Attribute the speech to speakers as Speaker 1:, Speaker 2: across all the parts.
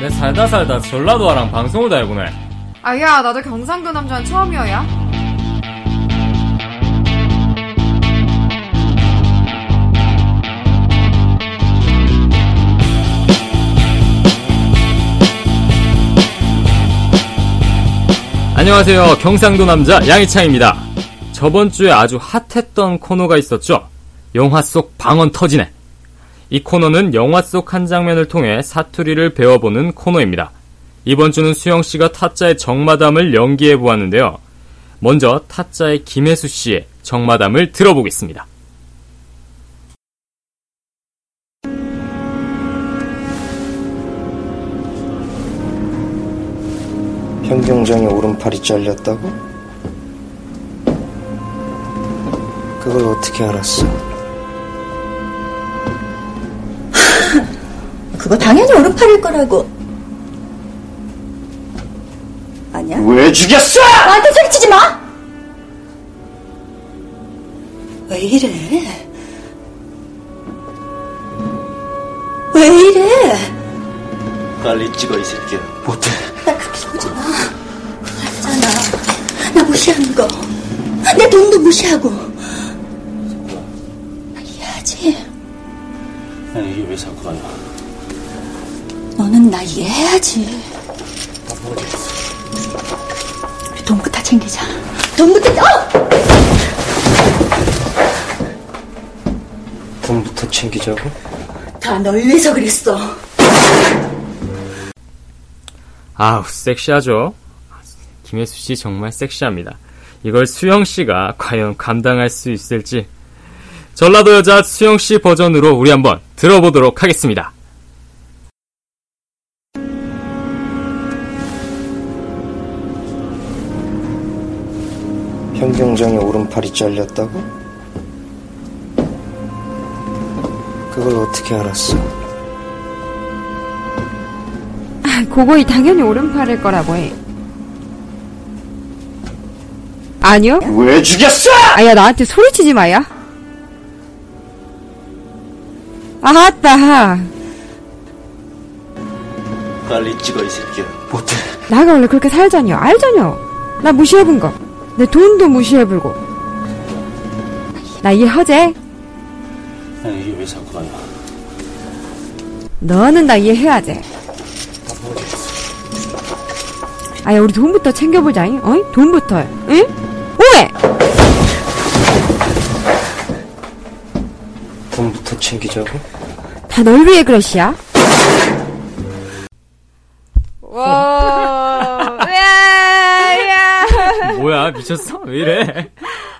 Speaker 1: 내 살다 살다 전라도와랑 방송을 달구네.
Speaker 2: 아야, 나도 경상도 남자는 처음이어야.
Speaker 1: 안녕하세요. 경상도 남자 양희창입니다. 저번 주에 아주 핫했던 코너가 있었죠. 영화 속 방언 터지네. 이 코너는 영화 속 한 장면을 통해 사투리를 배워보는 코너입니다. 이번 주는 수영 씨가 타짜의 정마담을 연기해 보았는데요. 먼저 타짜의 김혜수 씨의 정마담을 들어보겠습니다.
Speaker 3: 현경장의 오른팔이 잘렸다고? 그걸 어떻게 알았어?
Speaker 4: 그거 당연히 오른팔일 거라고. 아니야?
Speaker 3: 왜 죽였어?
Speaker 4: 나한테 소리치지 마! 왜 이래? 왜 이래?
Speaker 3: 빨리 찍어 이 새끼야 못해
Speaker 4: 나 그렇게 쏘지 마. 알잖아. 나 무시하는 거. 내 돈도 무시하고. 이해하지?
Speaker 3: 이게 왜 자꾸 가냐
Speaker 4: 너는 나 이해해야지. 그 돈부터 챙기자. 돈부터, 어!
Speaker 3: 돈부터 챙기자고?
Speaker 4: 다 널 위해서 그랬어.
Speaker 1: 아우, 섹시하죠? 김혜수 씨 정말 섹시합니다. 이걸 수영 씨가 과연 감당할 수 있을지. 전라도 여자 수영 씨 버전으로 우리 한번 들어보도록 하겠습니다.
Speaker 3: 현경장의 오른팔이 잘렸다고? 그걸 어떻게 알았어?
Speaker 2: 고고이 당연히 오른팔일 거라고 해. 아니요?
Speaker 3: 왜 죽였어?
Speaker 2: 아야, 나한테 소리치지 마야. 아따.
Speaker 3: 빨리 찍어 이 새끼야 못해
Speaker 2: 나가 원래 그렇게 살자뇨. 알자뇨. 나 무시해본 거. 내 돈도 무시해불고. 나 이해하제?
Speaker 3: 아, 이게 왜 자꾸 가냐
Speaker 2: 너는 나 이해해야제. 아야, 우리 돈부터 챙겨보자잉. 어이? 돈부터. 응? 오해!
Speaker 3: 돈부터 챙기자고?
Speaker 2: 다 널 위해 그러시야. 와, 예, 예.
Speaker 1: 뭐야, 미쳤어? 왜 이래?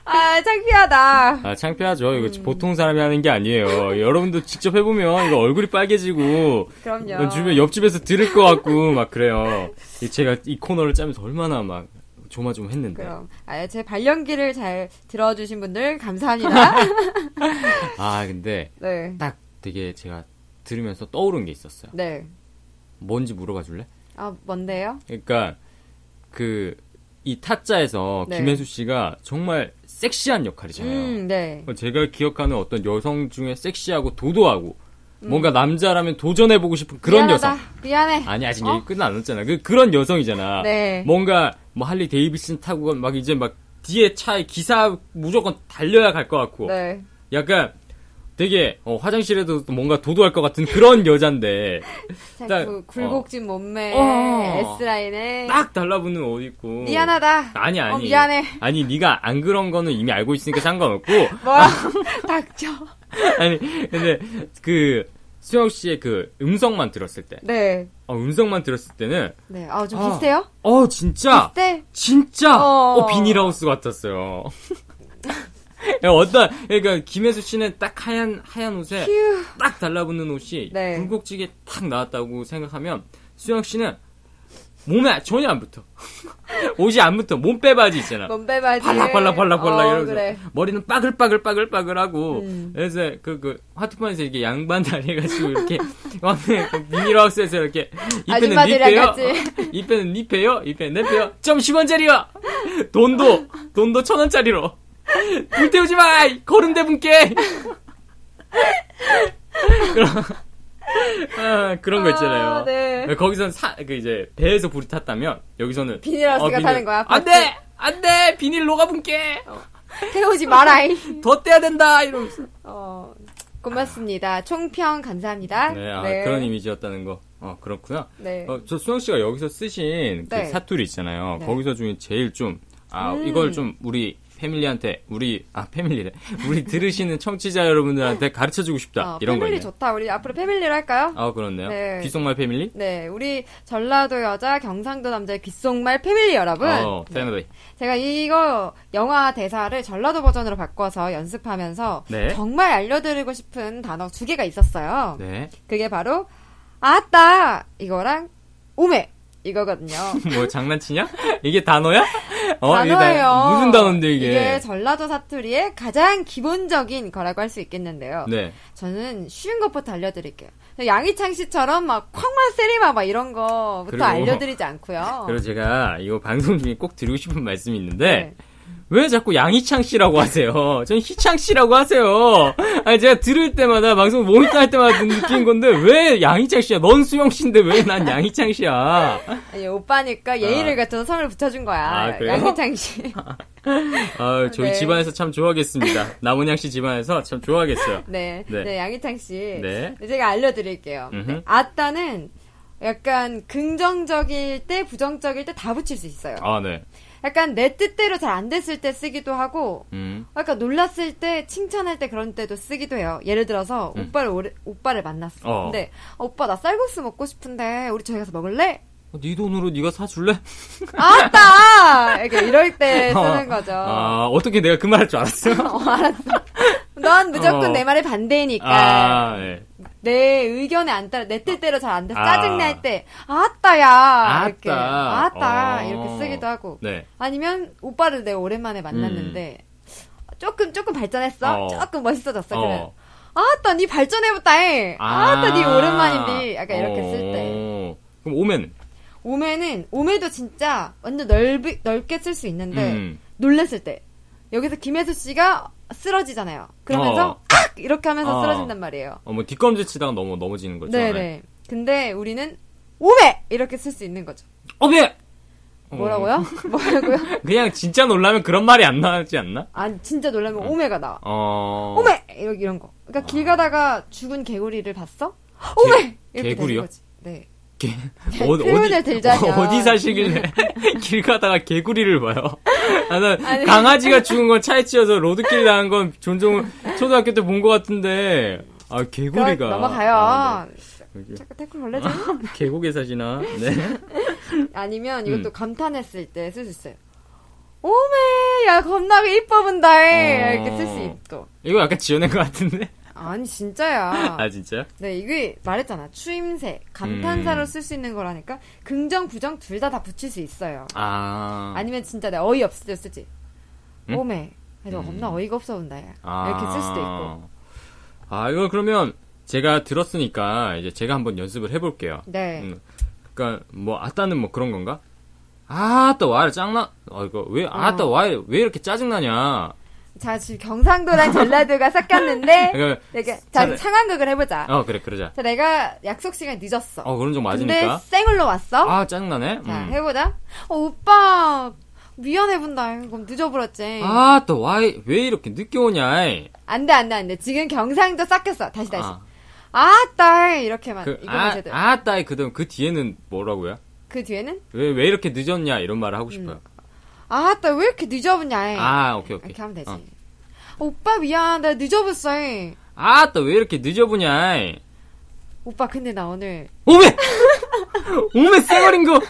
Speaker 2: 아, 창피하다.
Speaker 1: 아, 창피하죠. 이거 보통 사람이 하는 게 아니에요. 여러분도 직접 해보면 이거 얼굴이 빨개지고,
Speaker 2: 그럼요.
Speaker 1: 주변 옆집에서 들을 것 같고, 막 그래요. 이 제가 이 코너를 짜면서 얼마나 막 조마조마했는데.
Speaker 2: 그럼 아, 제 발연기를 잘 들어주신 분들 감사합니다.
Speaker 1: 아, 근데
Speaker 2: 네,
Speaker 1: 딱 되게 제가 들으면서 떠오른 게 있었어요.
Speaker 2: 네.
Speaker 1: 뭔지 물어봐 줄래?
Speaker 2: 아, 뭔데요?
Speaker 1: 그러니까 그 이 타짜에서
Speaker 2: 네.
Speaker 1: 김혜수 씨가 정말 섹시한 역할이잖아요.
Speaker 2: 음, 네.
Speaker 1: 제가 기억하는 어떤 여성 중에 섹시하고 도도하고 뭔가 남자라면 도전해보고 싶은 그런
Speaker 2: 음. 미안하다.
Speaker 1: 여성.
Speaker 2: 미안해.
Speaker 1: 아니 아직
Speaker 2: 어?
Speaker 1: 얘기 끝 안 났잖아. 그 그런 여성이잖아.
Speaker 2: 네.
Speaker 1: 뭔가 뭐 할리 데이비슨 타고 막 이제 막 뒤에 차에 기사 무조건 달려야 갈 것 같고
Speaker 2: 네.
Speaker 1: 약간 되게 어, 화장실에도 뭔가 도도할 것 같은 그런 여잔데
Speaker 2: 자,
Speaker 1: 딱,
Speaker 2: 그 굴곡진 몸매,
Speaker 1: 어.
Speaker 2: S 라인에
Speaker 1: 딱 달라붙는 옷 입고
Speaker 2: 네. 미안하다.
Speaker 1: 아니 아니
Speaker 2: 어, 미안해.
Speaker 1: 아니 네가 안 그런 거는 이미 알고 있으니까 상관없고
Speaker 2: 뭐 닥쳐.
Speaker 1: 아니 근데 그 수영 씨의 그 음성만 들었을 때
Speaker 2: 네,
Speaker 1: 어, 음성만 들었을 때는
Speaker 2: 네. 아, 좀
Speaker 1: 아.
Speaker 2: 비슷해요? 네.
Speaker 1: 어 진짜
Speaker 2: 비슷해.
Speaker 1: 진짜
Speaker 2: 어.
Speaker 1: 어, 비닐하우스 같았어요. 어떤 그러니까 김혜수 씨는 딱 하얀 하얀 옷에
Speaker 2: 휴.
Speaker 1: 딱 달라붙는 옷이
Speaker 2: 네.
Speaker 1: 굴곡지게 탁 나왔다고 생각하면 수영 씨는 몸에 전혀 안 붙어. 옷이 안 붙어. 몸빼 바지 있잖아.
Speaker 2: 몸빼 바지.
Speaker 1: 팔락팔락팔락팔락
Speaker 2: 어,
Speaker 1: 이러면서
Speaker 2: 그래.
Speaker 1: 머리는 빠글빠글빠글빠글하고
Speaker 2: 음.
Speaker 1: 그래서 그, 그 화투판에서 이렇게 양반 다리 해가지고 이렇게 미니라우스에서 이렇게 입에는
Speaker 2: 아줌마들이랑
Speaker 1: 니페요
Speaker 2: 같이.
Speaker 1: 입에는 니페요 입에는 내페요 점 10원짜리요 돈도 돈도 천원짜리로 불태우지 마 거른대 분께 그럼 아, 그런 거 있잖아요.
Speaker 2: 아, 네.
Speaker 1: 거기선 사, 그 이제 배에서 불이 탔다면 여기서는
Speaker 2: 비닐하우스가 타는 거야, 아파트.
Speaker 1: 어, 안돼, 안돼, 비닐 녹아분께.
Speaker 2: 태우지 마라잉.
Speaker 1: 더 떼야 된다
Speaker 2: 네.
Speaker 1: 이러면서.
Speaker 2: 어, 고맙습니다. 총평 감사합니다.
Speaker 1: 네, 아, 그런 이미지였다는 거. 어, 그렇구나.
Speaker 2: 네.
Speaker 1: 어, 저 수영 씨가 여기서 쓰신 그
Speaker 2: 네.
Speaker 1: 사투리 있잖아요.
Speaker 2: 네.
Speaker 1: 거기서 중에 제일 좀, 아,
Speaker 2: 음.
Speaker 1: 이걸 좀 우리 패밀리한테, 우리, 아, 패밀리래. 우리 들으시는 청취자 여러분들한테 가르쳐 주고 싶다.
Speaker 2: 어,
Speaker 1: 이런 거
Speaker 2: 패밀리
Speaker 1: 있네.
Speaker 2: 좋다. 우리 앞으로 패밀리로 할까요?
Speaker 1: 아, 그렇네요.
Speaker 2: 네.
Speaker 1: 귀속말 패밀리?
Speaker 2: 네, 우리 전라도 여자, 경상도 남자의 귓속말 패밀리 여러분.
Speaker 1: 어, 패밀리.
Speaker 2: 제가 이거 영화 대사를 전라도 버전으로 바꿔서 연습하면서
Speaker 1: 네.
Speaker 2: 정말 알려드리고 싶은 단어 두 개가 있었어요.
Speaker 1: 네.
Speaker 2: 그게 바로 아따 이거랑 오메 이거거든요.
Speaker 1: 뭐 장난치냐? 이게 단어야? 어, 이게 다-
Speaker 2: 단어예요.
Speaker 1: 무슨 단어인데 이게?
Speaker 2: 전라도 사투리의 가장 기본적인 거라고 할 수 있겠는데요.
Speaker 1: 네.
Speaker 2: 저는 쉬운 것부터 알려드릴게요. 양희창 씨처럼 막 쾅만 세리마 막 이런 거부터
Speaker 1: 그리고-
Speaker 2: 알려드리지 않고요.
Speaker 1: 그리고 제가 이거 방송 중에 꼭 드리고 싶은 말씀이 있는데
Speaker 2: 네.
Speaker 1: 왜 자꾸 양희창 씨라고 하세요? 전 희창 씨라고 하세요. 아니 제가 들을 때마다 방송 모니터 할 때마다 느낀 건데 왜 양희창 씨야? 넌 수영 씨인데 왜 난 양희창 씨야?
Speaker 2: 아니, 오빠니까 예의를 갖춰서 성을 붙여준 거야.
Speaker 1: 아, 그래요?
Speaker 2: 양희창 씨.
Speaker 1: 아, 저희
Speaker 2: 네.
Speaker 1: 집안에서 참 좋아하겠습니다. 남은양 씨 집안에서 참 좋아하겠어요.
Speaker 2: 네.
Speaker 1: 네.
Speaker 2: 네. 양희창 씨.
Speaker 1: 네.
Speaker 2: 제가 알려드릴게요.
Speaker 1: 음흠.
Speaker 2: 네, 아따는 약간 긍정적일 때, 부정적일 때 다 붙일 수 있어요.
Speaker 1: 아, 네.
Speaker 2: 약간 내 뜻대로 잘 안 됐을 때 쓰기도 하고,
Speaker 1: 음.
Speaker 2: 약간 놀랐을 때, 칭찬할 때 그런 때도 쓰기도 해요. 예를 들어서, 오빠를, 오래- 오빠를 만났어.
Speaker 1: 음. 어.
Speaker 2: 근데, 오빠 나 쌀국수 먹고 싶은데, 우리 저기 가서 먹을래?
Speaker 1: 어, 네 돈으로 네가 사줄래?
Speaker 2: 아따! 이렇게 이럴 때 쓰는 거죠.
Speaker 1: 아, 어. 어떻게 내가 그 말 할 줄 알았어?
Speaker 2: 어, 알았어. 넌 무조건
Speaker 1: 어.
Speaker 2: 내 말에 반대니까.
Speaker 1: 아, 네.
Speaker 2: 내 의견에 안 따라 내 뜻대로 잘 안 돼서
Speaker 1: 아.
Speaker 2: 짜증날 때 아따야 이렇게
Speaker 1: 아따.
Speaker 2: 아따
Speaker 1: 어.
Speaker 2: 이렇게 쓰기도 하고
Speaker 1: 네.
Speaker 2: 아니면 오빠를 내가 오랜만에 만났는데 조금 조금 발전했어
Speaker 1: 음. 어.
Speaker 2: 조금 멋있어졌어
Speaker 1: 어.
Speaker 2: 그래 아따 니 발전해봤다 해 아. 따니 오랜만인데 약간 이렇게 쓸 때
Speaker 1: 어. 그럼 오면.
Speaker 2: 오메는 오메도 진짜 완전 넓 넓게 쓸 수 있는데
Speaker 1: 음.
Speaker 2: 놀랬을 때 여기서 김혜수 씨가 쓰러지잖아요 그러면서
Speaker 1: 어.
Speaker 2: 악 이렇게 하면서
Speaker 1: 어.
Speaker 2: 쓰러진단 말이에요
Speaker 1: 어, 뭐 뒷걸음질 치다가 넘어 넘어지는 거죠.
Speaker 2: 네네. 근데 우리는 오메 이렇게 쓸 수 있는 거죠.
Speaker 1: 어메.
Speaker 2: 뭐라고요? 뭐라고요?
Speaker 1: 그냥 진짜 놀라면 그런 말이 안 나지 않나?
Speaker 2: 아 진짜 놀라면 오메가 나와.
Speaker 1: 어. 아.
Speaker 2: 오메 이런 이런 거. 그러니까 길 가다가 죽은 개구리를 봤어? 오메 이렇게
Speaker 1: 개구리요?
Speaker 2: 되는 거지. 네.
Speaker 1: 개.
Speaker 2: 표현을 들자면.
Speaker 1: 어, 어디 사시길래 길 가다가 개구리를 봐요. 아, 나
Speaker 2: 아니.
Speaker 1: 강아지가 죽은 건 차에 치여서 로드킬 당한 건 종종 초등학교 때 본 것 같은데 아
Speaker 2: 그럼
Speaker 1: 개구리가
Speaker 2: 넘어가요.
Speaker 1: 아, 네.
Speaker 2: 잠깐 태클 걸려줘.
Speaker 1: 계곡에 사시나? 네. 음.
Speaker 2: 아니면 이것도 감탄했을 때 쓸 수 있어요. 오메 야 겁나게 이뻐 본다
Speaker 1: 어.
Speaker 2: 해 이렇게 쓸 수 있고.
Speaker 1: 이거 약간 지어낸 것 같은데?
Speaker 2: 아니 진짜야.
Speaker 1: 아, 진짜요?
Speaker 2: 네, 이게 말했잖아. 추임새, 감탄사로
Speaker 1: 음.
Speaker 2: 쓸 수 있는 거라니까 긍정, 부정 둘 다 다 붙일 수 있어요.
Speaker 1: 아.
Speaker 2: 아니면 진짜 내가 어이 없을 때 쓰지.
Speaker 1: 음?
Speaker 2: 오메. 그래서 겁나 어이가 없어 본다. 야.
Speaker 1: 아.
Speaker 2: 이렇게 쓸 수도 있고.
Speaker 1: 아, 이거 그러면 제가 들었으니까 이제 제가 한번 연습을 해볼게요.
Speaker 2: 네.
Speaker 1: 음. 그러니까 뭐 아따는 뭐 그런 건가? 아따 와요 짱나. 아 이거
Speaker 2: 어.
Speaker 1: 왜 아따 와요 왜 이렇게 짜증나냐?
Speaker 2: 자, 지금 경상도랑 전라도가 섞였는데
Speaker 1: 그러니까
Speaker 2: 내가 자,
Speaker 1: 차라리-
Speaker 2: 상황극을 해 보자.
Speaker 1: 어 그래 그러자.
Speaker 2: 자, 내가 약속 시간 늦었어.
Speaker 1: 어 그런 적
Speaker 2: 근데
Speaker 1: 맞으니까.
Speaker 2: 쌩얼로 왔어.
Speaker 1: 아 짜증나네.
Speaker 2: 자,
Speaker 1: 음.
Speaker 2: 해 보자. 어, 오빠. 미안해 본다. 그럼 늦어 버렸지.
Speaker 1: 아따 와이 왜 이렇게 늦게 오냐? 이.
Speaker 2: 안 돼, 안 돼, 안 돼. 지금 경상도 섞였어. 다시 다시.
Speaker 1: 아,
Speaker 2: 아따 이렇게만
Speaker 1: 그,
Speaker 2: 이거만
Speaker 1: 아,
Speaker 2: 제대로
Speaker 1: 아따 그다음 그 뒤에는 뭐라고요?
Speaker 2: 그 뒤에는
Speaker 1: 왜 왜 이렇게 늦었냐 이런 말을 하고 싶어요.
Speaker 2: 아따 왜 이렇게 늦어버냐
Speaker 1: 아 오케이 오케이.
Speaker 2: 음, 네. 이렇게 하면 되지
Speaker 1: 어.
Speaker 2: 오빠 미안 나 늦어버렸어
Speaker 1: 아따 왜 이렇게 늦어보냐? 이.
Speaker 2: 오빠 근데 나 오늘
Speaker 1: 오메! 오메 쌩얼인 거!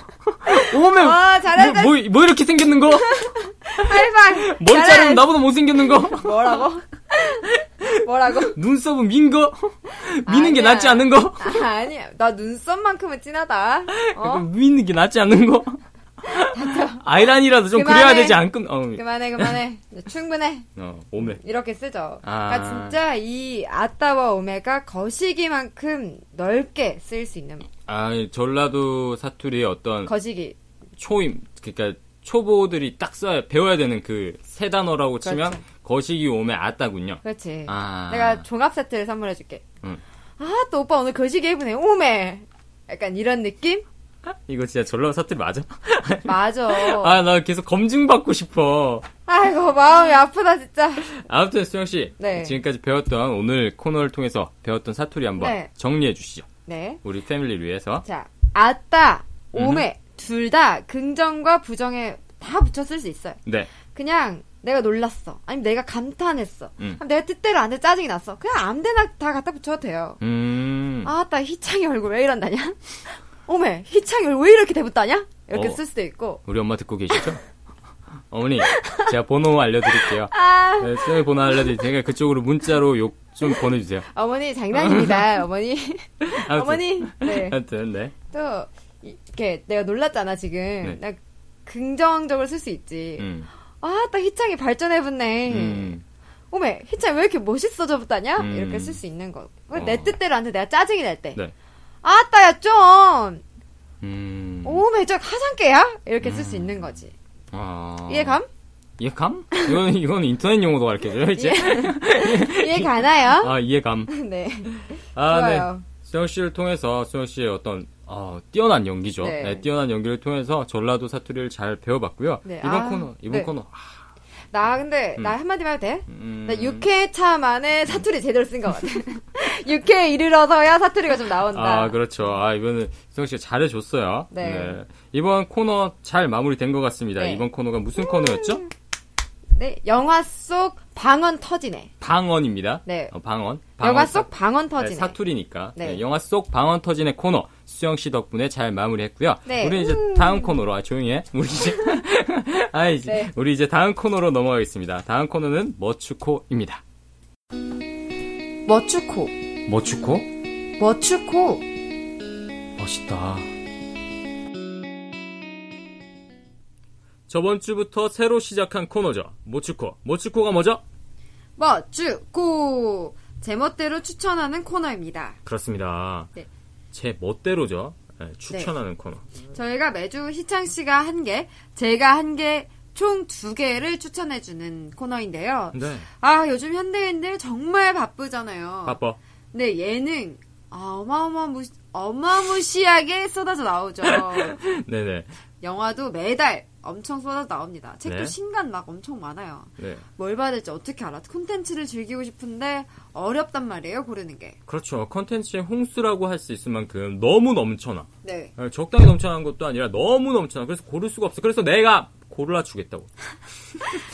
Speaker 1: 오메!
Speaker 2: 아, 잘한다.
Speaker 1: 뭐, 뭐, 뭐 이렇게 생겼는 거?
Speaker 2: 할방
Speaker 1: 머리 자르면
Speaker 2: 잘해.
Speaker 1: 나보다 못생겼는 거?
Speaker 2: 뭐라고 뭐라고
Speaker 1: 눈썹은 민 거? 미는 게
Speaker 2: 아니야.
Speaker 1: 낫지 않은 거?
Speaker 2: 아, 아니야 나 눈썹만큼은 진하다
Speaker 1: 약간
Speaker 2: 어
Speaker 1: 미는 게 낫지 않은 거? 아이라인이라도 좀
Speaker 2: 그만해.
Speaker 1: 그래야 되지 않끔, 어,
Speaker 2: 그만해 그만해 이제 충분해
Speaker 1: 어, 오메.
Speaker 2: 이렇게 쓰죠
Speaker 1: 아.
Speaker 2: 그러니까 진짜 이 아따와 오메가 거시기만큼 넓게 쓸 수 있는
Speaker 1: 아, 전라도 사투리의 어떤
Speaker 2: 거시기
Speaker 1: 초임, 그니까 초보들이 딱 써야, 배워야 되는 그 세 단어라고 치면
Speaker 2: 그렇죠.
Speaker 1: 거시기 오메 아따군요.
Speaker 2: 그렇지
Speaker 1: 아.
Speaker 2: 내가 종합 세트를 선물해줄게.
Speaker 1: 응.
Speaker 2: 아, 또 오빠 오늘 거시기 해보네. 오메. 약간 이런 느낌?
Speaker 1: 이거 진짜 전라 사투리 맞아?
Speaker 2: 맞아.
Speaker 1: 아, 나 계속 검증받고 싶어.
Speaker 2: 아이고, 마음이 아프다, 진짜.
Speaker 1: 아무튼 수영씨.
Speaker 2: 네.
Speaker 1: 지금까지 배웠던 오늘 코너를 통해서 배웠던 사투리 한번
Speaker 2: 네.
Speaker 1: 정리해 주시죠.
Speaker 2: 네.
Speaker 1: 우리 패밀리를 위해서.
Speaker 2: 자, 아따, 오메,
Speaker 1: 음.
Speaker 2: 둘 다 긍정과 부정에 다 붙여 쓸 수 있어요.
Speaker 1: 네.
Speaker 2: 그냥 내가 놀랐어. 아니면 내가 감탄했어.
Speaker 1: 음.
Speaker 2: 아니면 내가 뜻대로 안 돼 짜증이 났어. 그냥 아무데나 다 갖다 붙여도 돼요.
Speaker 1: 음.
Speaker 2: 아따, 희창이 얼굴 왜 이런다냐? 오메, 희창이 얼굴 왜 이렇게 대붙다냐? 이렇게
Speaker 1: 어.
Speaker 2: 쓸 수도 있고.
Speaker 1: 우리 엄마 듣고 계시죠? 어머니, 제가 번호 알려드릴게요.
Speaker 2: 아,
Speaker 1: 네, 수영이 번호 알려드릴 테니까 그쪽으로 문자로 욕 좀 보내주세요.
Speaker 2: 어머니 장난입니다. 어머니,
Speaker 1: 아무튼.
Speaker 2: 어머니. 네.
Speaker 1: 하여튼, 네.
Speaker 2: 또 이- 이렇게 내가 놀랐잖아 지금.
Speaker 1: 네.
Speaker 2: 나 긍정적으로 쓸 수 있지.
Speaker 1: 음.
Speaker 2: 아, 딱 희창이 발전해붙네.
Speaker 1: 음.
Speaker 2: 오메, 희창이 왜 이렇게 멋있어져 붙다냐?
Speaker 1: 음.
Speaker 2: 이렇게 쓸 수 있는 거.
Speaker 1: 어.
Speaker 2: 내 뜻대로 안 돼. 내가 짜증이 날 때.
Speaker 1: 네.
Speaker 2: 아따, 야, 좀!
Speaker 1: 음.
Speaker 2: 오메, 저 화상깨야? 이렇게 쓸 수 있는 거지.
Speaker 1: 아.
Speaker 2: 이해감?
Speaker 1: 이해감? 이건, 이건 인터넷 용어도 가르쳐줘요, 이제?
Speaker 2: 예. 이해 가나요?
Speaker 1: 아, 이해감.
Speaker 2: 네.
Speaker 1: 아,
Speaker 2: 좋아요.
Speaker 1: 네. 수영 씨를 통해서 수영 씨의 어떤 어, 뛰어난 연기죠.
Speaker 2: 네.
Speaker 1: 네. 뛰어난 연기를 통해서 전라도 사투리를 잘 배워봤고요.
Speaker 2: 네,
Speaker 1: 이번
Speaker 2: 아,
Speaker 1: 코너, 이번
Speaker 2: 네.
Speaker 1: 코너.
Speaker 2: 나 근데, 나 한마디만 해도 돼?
Speaker 1: 음,
Speaker 2: 나 6회차 만에 사투리 제대로 쓴 것 같아. 6회에 이르러서야 사투리가 좀 나온다.
Speaker 1: 아, 그렇죠. 아, 이번에 수영 씨가 잘해줬어요.
Speaker 2: 네.
Speaker 1: 네. 이번 코너 잘 마무리된 것 같습니다.
Speaker 2: 네. 음.
Speaker 1: 이번 코너가 무슨 코너였죠?
Speaker 2: 네, 영화 속 방언 터지네.
Speaker 1: 방언입니다.
Speaker 2: 네.
Speaker 1: 어, 방언.
Speaker 2: 영화
Speaker 1: 방언 사-
Speaker 2: 속 방언
Speaker 1: 네,
Speaker 2: 터지네.
Speaker 1: 사투리니까.
Speaker 2: 네.
Speaker 1: 네, 영화 속 방언 터진의 코너. 수영 씨 덕분에 잘 마무리했고요.
Speaker 2: 네.
Speaker 1: 우리 이제 다음 코너로 아 조용히 해. 우리 이제 아 이제
Speaker 2: 네.
Speaker 1: 우리 이제 다음 코너로 넘어가겠습니다. 다음 코너는 머추코입니다.
Speaker 2: 머추코,
Speaker 1: 머추코?
Speaker 2: 머추코.
Speaker 1: 멋있다. 저번 주부터 새로 시작한 코너죠. 모추코. 모추코가 뭐죠?
Speaker 2: 멋주고 제멋대로 추천하는 코너입니다.
Speaker 1: 그렇습니다.
Speaker 2: 네.
Speaker 1: 제 멋대로죠. 예, 추천하는 코너.
Speaker 2: 저희가 매주 희창 씨가 한 개, 제가 한 개 총 두 개를 추천해 주는 코너인데요.
Speaker 1: 네.
Speaker 2: 아 요즘 현대인들 정말 바쁘잖아요.
Speaker 1: 바빠.
Speaker 2: 네 예능 아, 어마어마무시 어마무시하게 쏟아져 나오죠.
Speaker 1: 네네.
Speaker 2: 영화도 매달 엄청 쏟아져 나옵니다. 책도
Speaker 1: 네.
Speaker 2: 신간 막 엄청 많아요.
Speaker 1: 네.
Speaker 2: 뭘 봐야 될지 어떻게 알아? 콘텐츠를 즐기고 싶은데 어렵단 말이에요 고르는 게.
Speaker 1: 그렇죠. 컨텐츠의 홍수라고 할 수 있을 만큼 너무 넘쳐나.
Speaker 2: 네.
Speaker 1: 예, 적당히 넘쳐나는 것도 아니라 너무 넘쳐나. 그래서 고를 수가 없어. 그래서 내가 골라주겠다고.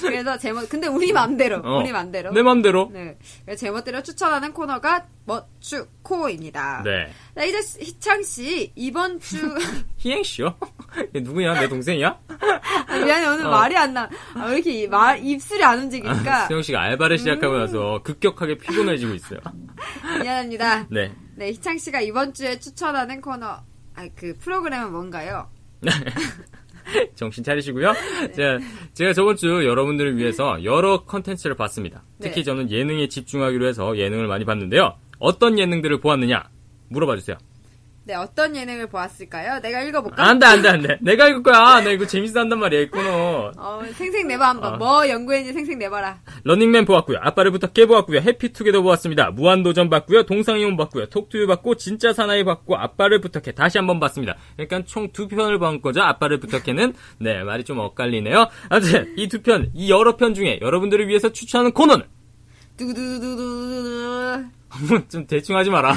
Speaker 2: 그래서 제멋 근데 우리 맘대로
Speaker 1: 어.
Speaker 2: 우리 맘대로
Speaker 1: 내 맘대로.
Speaker 2: 네. 그래서 제멋대로 추천하는 코너가 멋추코입니다.
Speaker 1: 네.
Speaker 2: 네, 이제 시- 희창 씨 이번 주
Speaker 1: 희행씨요? 얘 누구냐? 내 동생이야?
Speaker 2: 아, 미안해 오늘
Speaker 1: 어. 아,
Speaker 2: 말이 안 나. 아, 왜 이렇게 이 말 입술이 안 움직이니까 음.
Speaker 1: 수영씨가 알바를 시작하고 나서 급격하게 피곤해지고 있어요.
Speaker 2: 미안합니다.
Speaker 1: 네.
Speaker 2: 네, 희창 씨가 이번 주에 추천하는 코너 아, 그 프로그램은 뭔가요?
Speaker 1: 정신 차리시고요.
Speaker 2: 네.
Speaker 1: 제 제가 저번 주 여러분들을 위해서 여러 컨텐츠를 봤습니다. 특히
Speaker 2: 네.
Speaker 1: 저는 예능에 집중하기로 해서 예능을 많이 봤는데요. 어떤 예능들을 보았느냐? 물어봐 주세요.
Speaker 2: 네, 어떤 예능을 보았을까요? 내가 읽어볼까?
Speaker 1: 아, 안돼 안돼 안돼. 내가 읽을 거야. 아, 나 이거 재밌어 한단 말이야 이 코너.
Speaker 2: 어, 생생내봐 한번.
Speaker 1: 아.
Speaker 2: 뭐 연구했는지 생생내봐라.
Speaker 1: 런닝맨 보았고요. 아빠를 부탁해 보았고요. 해피투게더 보았습니다. 무한도전 봤고요. 동상이온 봤고요. 톡투유 봤고 진짜 사나이 봤고 아빠를 부탁해 다시 한번 봤습니다. 그러니까 총 두 편을 본 거죠. 아빠를 부탁해는 네 말이 좀 엇갈리네요. 아무튼 이 두 편, 이 여러 편 중에 여러분들을 위해서 추천하는 코너는
Speaker 2: 두구두구두구두구.
Speaker 1: 좀 대충 하지 마라.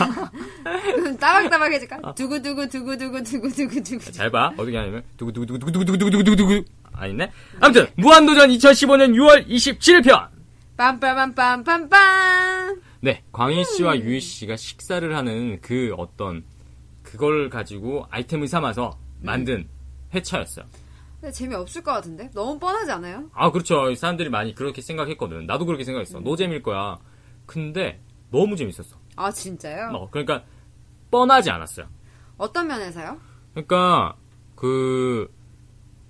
Speaker 2: 따박따박 해줄까? 두구두구 두구두구 두구두구 두구.
Speaker 1: 잘 봐. 어떻게 하냐면 두구두구두구두구두구두구두구두구 아니네. 아무튼 무한도전 2015년 6월 27편.
Speaker 2: 빰빰빰빰빰빰.
Speaker 1: 네, 광희 씨와 유희 씨가 식사를 하는 그 어떤 그걸 가지고 아이템을 삼아서 만든 회차였어요.
Speaker 2: 근데 재미없을 것 같은데? 너무 뻔하지 않아요?
Speaker 1: 아, 그렇죠. 사람들이 많이 그렇게 생각했거든. 나도 그렇게 생각했어. 노잼일 거야. 근데 너무 재밌었어.
Speaker 2: 아 진짜요?
Speaker 1: 어, 그러니까 뻔하지 않았어요.
Speaker 2: 어떤 면에서요?
Speaker 1: 그러니까 그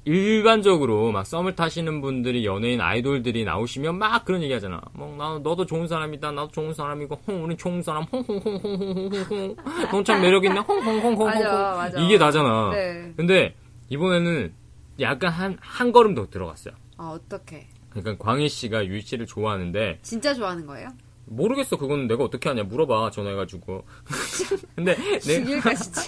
Speaker 1: 일반적으로 막 썸을 타시는 분들이 연예인 아이돌들이 나오시면 막 그런 얘기 하잖아. 뭐나 너도 좋은 사람이다. 나도 좋은 사람이고 홍 우린 좋은 사람. 홍홍홍홍홍홍홍. 동참 매력 있네.
Speaker 2: 맞아, 맞아.
Speaker 1: 홍홍홍홍홍. 이게 다잖아.
Speaker 2: 네.
Speaker 1: 근데 이번에는 약간 한 한 걸음 더 들어갔어요.
Speaker 2: 아 어떻게?
Speaker 1: 그러니까 광희 씨가 유희 씨를 좋아하는데
Speaker 2: 진짜 좋아하는 거예요?
Speaker 1: 모르겠어. 그건 내가 어떻게 하냐. 물어봐. 전화해가지고. 근데 내,
Speaker 2: 죽일까 진짜.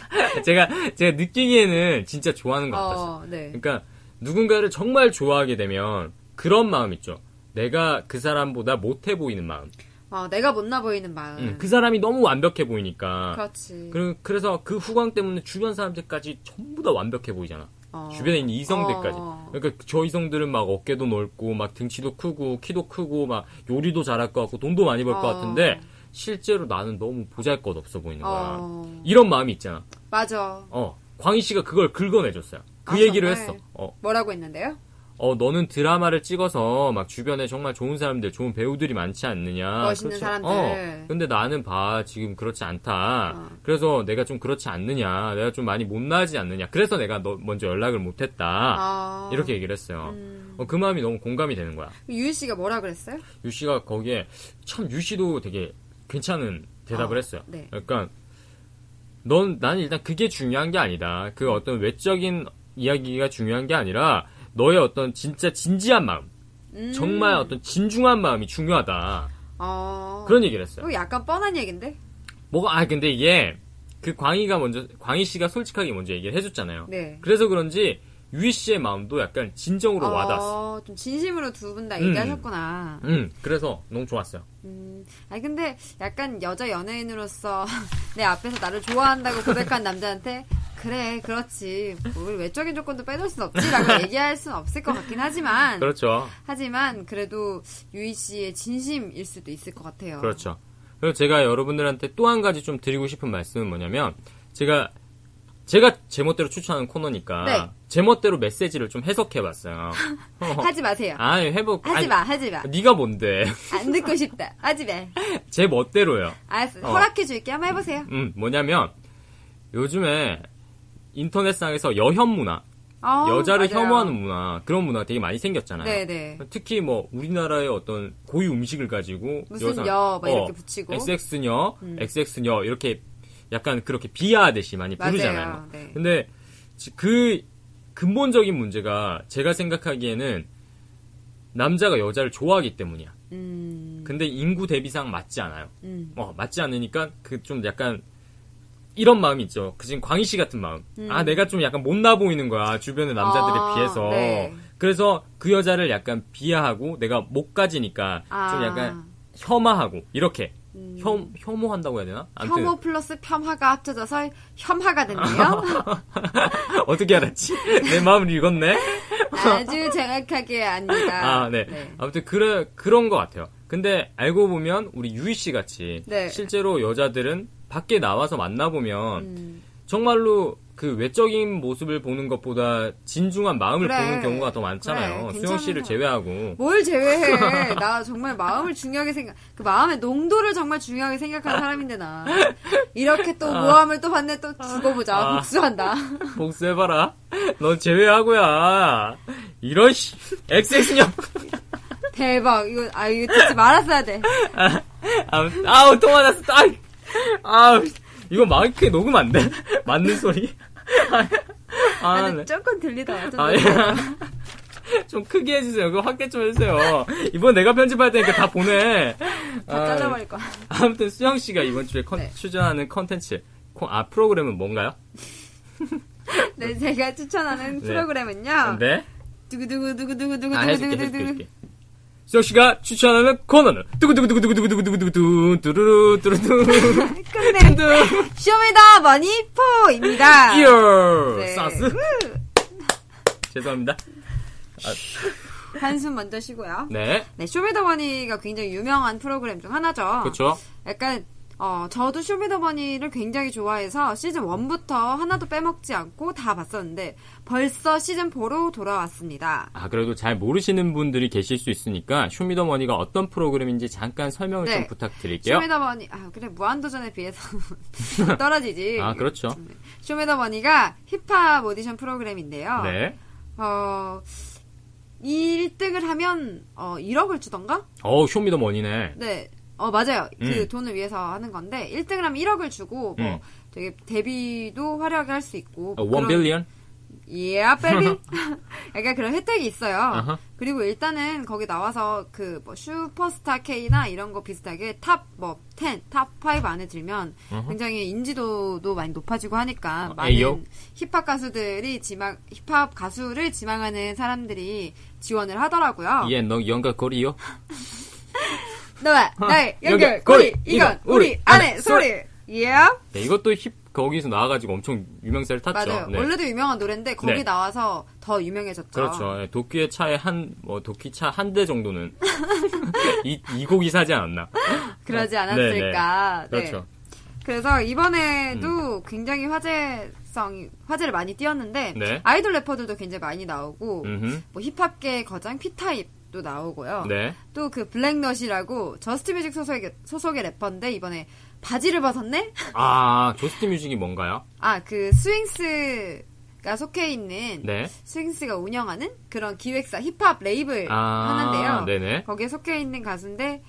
Speaker 1: 제가 제가 느끼기에는 진짜 좋아하는 것 같았어.
Speaker 2: 어, 네.
Speaker 1: 그러니까 누군가를 정말 좋아하게 되면 그런 마음 있죠. 내가 그 사람보다 못해 보이는 마음.
Speaker 2: 어, 내가 못나 보이는 마음.
Speaker 1: 음, 그 사람이 너무 완벽해 보이니까.
Speaker 2: 그렇지.
Speaker 1: 그 그래서 그 후광 때문에 주변 사람들까지 전부 다 완벽해 보이잖아.
Speaker 2: 어.
Speaker 1: 주변에 있는 이성들까지.
Speaker 2: 어.
Speaker 1: 그러니까 저 이성들은 막 어깨도 넓고 막 등치도 크고 키도 크고 막 요리도 잘할 것 같고 돈도 많이 벌 것
Speaker 2: 어.
Speaker 1: 같은데 실제로 나는 너무 보잘것없어 보이는 거야.
Speaker 2: 어.
Speaker 1: 이런 마음이 있잖아.
Speaker 2: 맞아.
Speaker 1: 어. 광희 씨가 그걸 긁어내줬어요. 그
Speaker 2: 아,
Speaker 1: 얘기를
Speaker 2: 정말?
Speaker 1: 했어. 어.
Speaker 2: 뭐라고 했는데요?
Speaker 1: 어, 너는 드라마를 찍어서 막 주변에 정말 좋은 사람들, 좋은 배우들이 많지 않느냐.
Speaker 2: 멋있는 사람들.
Speaker 1: 어, 근데 나는 봐, 지금 그렇지 않다.
Speaker 2: 어.
Speaker 1: 그래서 내가 좀 그렇지 않느냐. 내가 좀 많이 못나지 않느냐. 그래서 내가 너 먼저 연락을 못했다.
Speaker 2: 아.
Speaker 1: 이렇게 얘기를 했어요.
Speaker 2: 음.
Speaker 1: 어, 그 마음이 너무 공감이 되는 거야.
Speaker 2: 유희 씨가 뭐라 그랬어요?
Speaker 1: 유 씨가 거기에, 참, 유 씨도 되게 괜찮은 대답을
Speaker 2: 어,
Speaker 1: 했어요.
Speaker 2: 네.
Speaker 1: 약간, 넌, 난 일단 그게 중요한 게 아니다. 그 어떤 외적인 이야기가 중요한 게 아니라, 너의 어떤 진짜 진지한 마음.
Speaker 2: 음.
Speaker 1: 정말 어떤 진중한 마음이 중요하다.
Speaker 2: 어.
Speaker 1: 그런 얘기를 했어요.
Speaker 2: 이거 약간 뻔한 얘기인데?
Speaker 1: 뭐가, 아, 근데 이게, 그 광희가 먼저, 광희 씨가 솔직하게 먼저 얘기를 해줬잖아요.
Speaker 2: 네.
Speaker 1: 그래서 그런지, 유희 씨의 마음도 약간 진정으로 와닿았어.
Speaker 2: 어, 좀 진심으로 두 분 다
Speaker 1: 음.
Speaker 2: 얘기하셨구나.
Speaker 1: 음, 그래서 너무 좋았어요.
Speaker 2: 음. 아니 근데 약간 여자 연예인으로서 내 앞에서 나를 좋아한다고 고백한 남자한테 그래 그렇지 뭐 우리 외적인 조건도 빼놓을 순 없지라고 얘기할 순 없을 것 같긴 하지만
Speaker 1: 그렇죠.
Speaker 2: 하지만 그래도 유희 씨의 진심일 수도 있을 것 같아요.
Speaker 1: 그렇죠. 그리고 제가 여러분들한테 또 한 가지 좀 드리고 싶은 말씀은 뭐냐면, 제가, 제가 제멋대로 추천하는 코너니까,
Speaker 2: 네.
Speaker 1: 제멋대로 메시지를 좀 해석해봤어요.
Speaker 2: 하지 마세요.
Speaker 1: 아, 해보,
Speaker 2: 하지 마, 하지 마.
Speaker 1: 네가 뭔데?
Speaker 2: 안 듣고 싶다. 하지 마.
Speaker 1: 제 멋대로요.
Speaker 2: 알았어.
Speaker 1: 어.
Speaker 2: 허락해 줄게. 한번 해보세요.
Speaker 1: 음, 뭐냐면 요즘에 인터넷상에서 여혐 문화,
Speaker 2: 어,
Speaker 1: 여자를
Speaker 2: 맞아요.
Speaker 1: 혐오하는 문화 그런 문화가 되게 많이 생겼잖아요.
Speaker 2: 네네.
Speaker 1: 특히 뭐 우리나라의 어떤 고유 음식을 가지고
Speaker 2: 무슨 여, 막 이렇게 붙이고. 음.
Speaker 1: XX녀, XX녀 이렇게 약간 그렇게 비하하듯이 많이
Speaker 2: 맞아요.
Speaker 1: 부르잖아요.
Speaker 2: 네.
Speaker 1: 근데 지- 그 근본적인 문제가 제가 생각하기에는 남자가 여자를 좋아하기 때문이야.
Speaker 2: 음,
Speaker 1: 근데 인구 대비상 맞지 않아요.
Speaker 2: 음,
Speaker 1: 어, 맞지 않으니까 그 좀 약간 이런 마음이 있죠. 그 지금 광희 씨 같은 마음. 아, 내가 좀 약간 못나 보이는 거야. 주변의 남자들에
Speaker 2: 아,
Speaker 1: 비해서.
Speaker 2: 네.
Speaker 1: 그래서 그 여자를 약간 비하하고 내가 못 가지니까 좀
Speaker 2: 아. 음.
Speaker 1: 약간 혐오하고 이렇게 혐 혐오한다고 해야 되나? 아무튼
Speaker 2: 혐오 플러스 폄하가 합쳐져서 혐하가 됐네요.
Speaker 1: 어떻게 알았지? 내 마음을 읽었네.
Speaker 2: 아주 정확하게 압니다.
Speaker 1: 아, 네. 아무튼 그래 그런 것 같아요. 근데 알고 보면 우리 유희 씨 같이
Speaker 2: 네.
Speaker 1: 실제로 여자들은 밖에 나와서 만나 보면
Speaker 2: 음,
Speaker 1: 정말로 그 외적인 모습을 보는 것보다 진중한 마음을
Speaker 2: 그래.
Speaker 1: 보는 경우가 더 많잖아요.
Speaker 2: 그래,
Speaker 1: 수영 씨를
Speaker 2: 괜찮아요.
Speaker 1: 제외하고.
Speaker 2: 뭘 제외해? 나 정말 마음을 중요하게 생각, 그 마음의 농도를 정말 중요하게 생각하는 사람인데 나 이렇게 또 모함을 또 받네 또 두고 보자
Speaker 1: 아.
Speaker 2: 복수한다.
Speaker 1: 복수해봐라. 넌 제외하고야. 이런 씨. XX년.
Speaker 2: 대박 이거 아 이거 듣지 말았어야 돼.
Speaker 1: 아우, 아우, 또 맞았어. 아이. 아우. 이거 마이크에 녹음 안 돼. 맞는 소리. 아,
Speaker 2: 아,
Speaker 1: 네.
Speaker 2: 근데 조금 들리다. 좀
Speaker 1: 아, 예. 좀 크게 해주세요. 그거 확대 좀 해주세요. 이번 내가 편집할 테니까 다 보내. 아,
Speaker 2: 다
Speaker 1: 예.
Speaker 2: 잘라버릴 거야.
Speaker 1: 아무튼 수영 씨가 이번 주에 컨,
Speaker 2: 네.
Speaker 1: 추천하는 컨텐츠 코- 아 프로그램은 뭔가요?
Speaker 2: 네, 제가 추천하는
Speaker 1: 네.
Speaker 2: 프로그램은요.
Speaker 1: 네. 아 해줄게 해줄게.
Speaker 2: 아. 두구두구두구두구두구두구두구.
Speaker 1: 해줄게. 수영 씨가 추천하는 코너는 두구두구두구두구두구두구두구 두루루 두루두
Speaker 2: 끝내. 쇼미더 머니포입니다.
Speaker 1: 네. 이어
Speaker 2: 아. 네.
Speaker 1: 사스. 죄송합니다.
Speaker 2: 한숨 먼저 쉬고요.
Speaker 1: 네.
Speaker 2: 네, 쇼미더머니가 굉장히 유명한 프로그램 중 하나죠.
Speaker 1: 그렇죠.
Speaker 2: 약간 어, 저도 쇼미더머니를 굉장히 좋아해서 시즌 1부터 하나도 빼먹지 않고 다 봤었는데 벌써 시즌 4로 돌아왔습니다.
Speaker 1: 아 그래도 잘 모르시는 분들이 계실 수 있으니까 쇼미더머니가 어떤 프로그램인지 잠깐 설명을
Speaker 2: 네.
Speaker 1: 좀 부탁드릴게요.
Speaker 2: 쇼미더머니 아 그래 무한도전에 비해서 떨어지지.
Speaker 1: 아 그렇죠.
Speaker 2: 쇼미더머니가 힙합 오디션 프로그램인데요.
Speaker 1: 네.
Speaker 2: 어 1등을 하면 어 1억을 주던가?
Speaker 1: 어 쇼미더머니네.
Speaker 2: 네. 어, 맞아요.
Speaker 1: 음.
Speaker 2: 그 돈을 위해서 하는 건데, 1등을 하면 1억을 주고, 뭐,
Speaker 1: 음. 아,
Speaker 2: 되게 데뷔도 화려하게 할 수 있고,
Speaker 1: 어, 원
Speaker 2: 그런-
Speaker 1: 빌리언.
Speaker 2: 예, yeah, baby. 약간 그런 혜택이 있어요.
Speaker 1: 아하.
Speaker 2: 그리고 일단은 거기 나와서 그 뭐 슈퍼스타 K나 이런 거 비슷하게 탑 뭐 10, 탑 5 안에 들면 굉장히 인지도도 많이 높아지고 하니까
Speaker 1: 어,
Speaker 2: 많은
Speaker 1: 에이요?
Speaker 2: 힙합 가수들이 지망 힙합 가수를 지망하는 사람들이 지원을 하더라고요.
Speaker 1: 예, 너 연가 거리요?
Speaker 2: 너와 나의
Speaker 1: 어,
Speaker 2: 연결
Speaker 1: 연결,
Speaker 2: 고리
Speaker 1: 고리,
Speaker 2: 이건
Speaker 1: 이건
Speaker 2: 우리
Speaker 1: 우리
Speaker 2: 안에
Speaker 1: 안에
Speaker 2: 소리. 예. y
Speaker 1: 네, 이것도 힙 거기서 나와가지고 엄청 유명세를 탔죠.
Speaker 2: 맞아요.
Speaker 1: 네.
Speaker 2: 원래도 유명한 노래인데 거기
Speaker 1: 네.
Speaker 2: 나와서 더 유명해졌죠.
Speaker 1: 그렇죠. 예, 도끼의 차에 한, 뭐, 도끼 차 한 대 정도는 이, 이 곡이 사지 않았나. 네,
Speaker 2: 그러지
Speaker 1: 네.
Speaker 2: 않았을까. 네.
Speaker 1: 그렇죠.
Speaker 2: 그래서
Speaker 1: 음.
Speaker 2: 이번에도 굉장히 화제성 화제를 많이 띄웠는데
Speaker 1: 네.
Speaker 2: 아이돌 래퍼들도 굉장히 많이 나오고
Speaker 1: 음흠.
Speaker 2: 뭐 힙합계 거장 P타입도 나오고요.
Speaker 1: 네.
Speaker 2: 또 그 블랙넛이라고 저스트뮤직 소속의 소속의 래퍼인데 이번에 바지를 벗었네?
Speaker 1: 아, 조스트 뮤직이 뭔가요?
Speaker 2: 아 그 스윙스가 속해 있는
Speaker 1: 네.
Speaker 2: 스윙스가 운영하는 그런 기획사 힙합 레이블
Speaker 1: 아,
Speaker 2: 네, 하는데요.
Speaker 1: 네네.
Speaker 2: 거기에 속해 있는 가수인데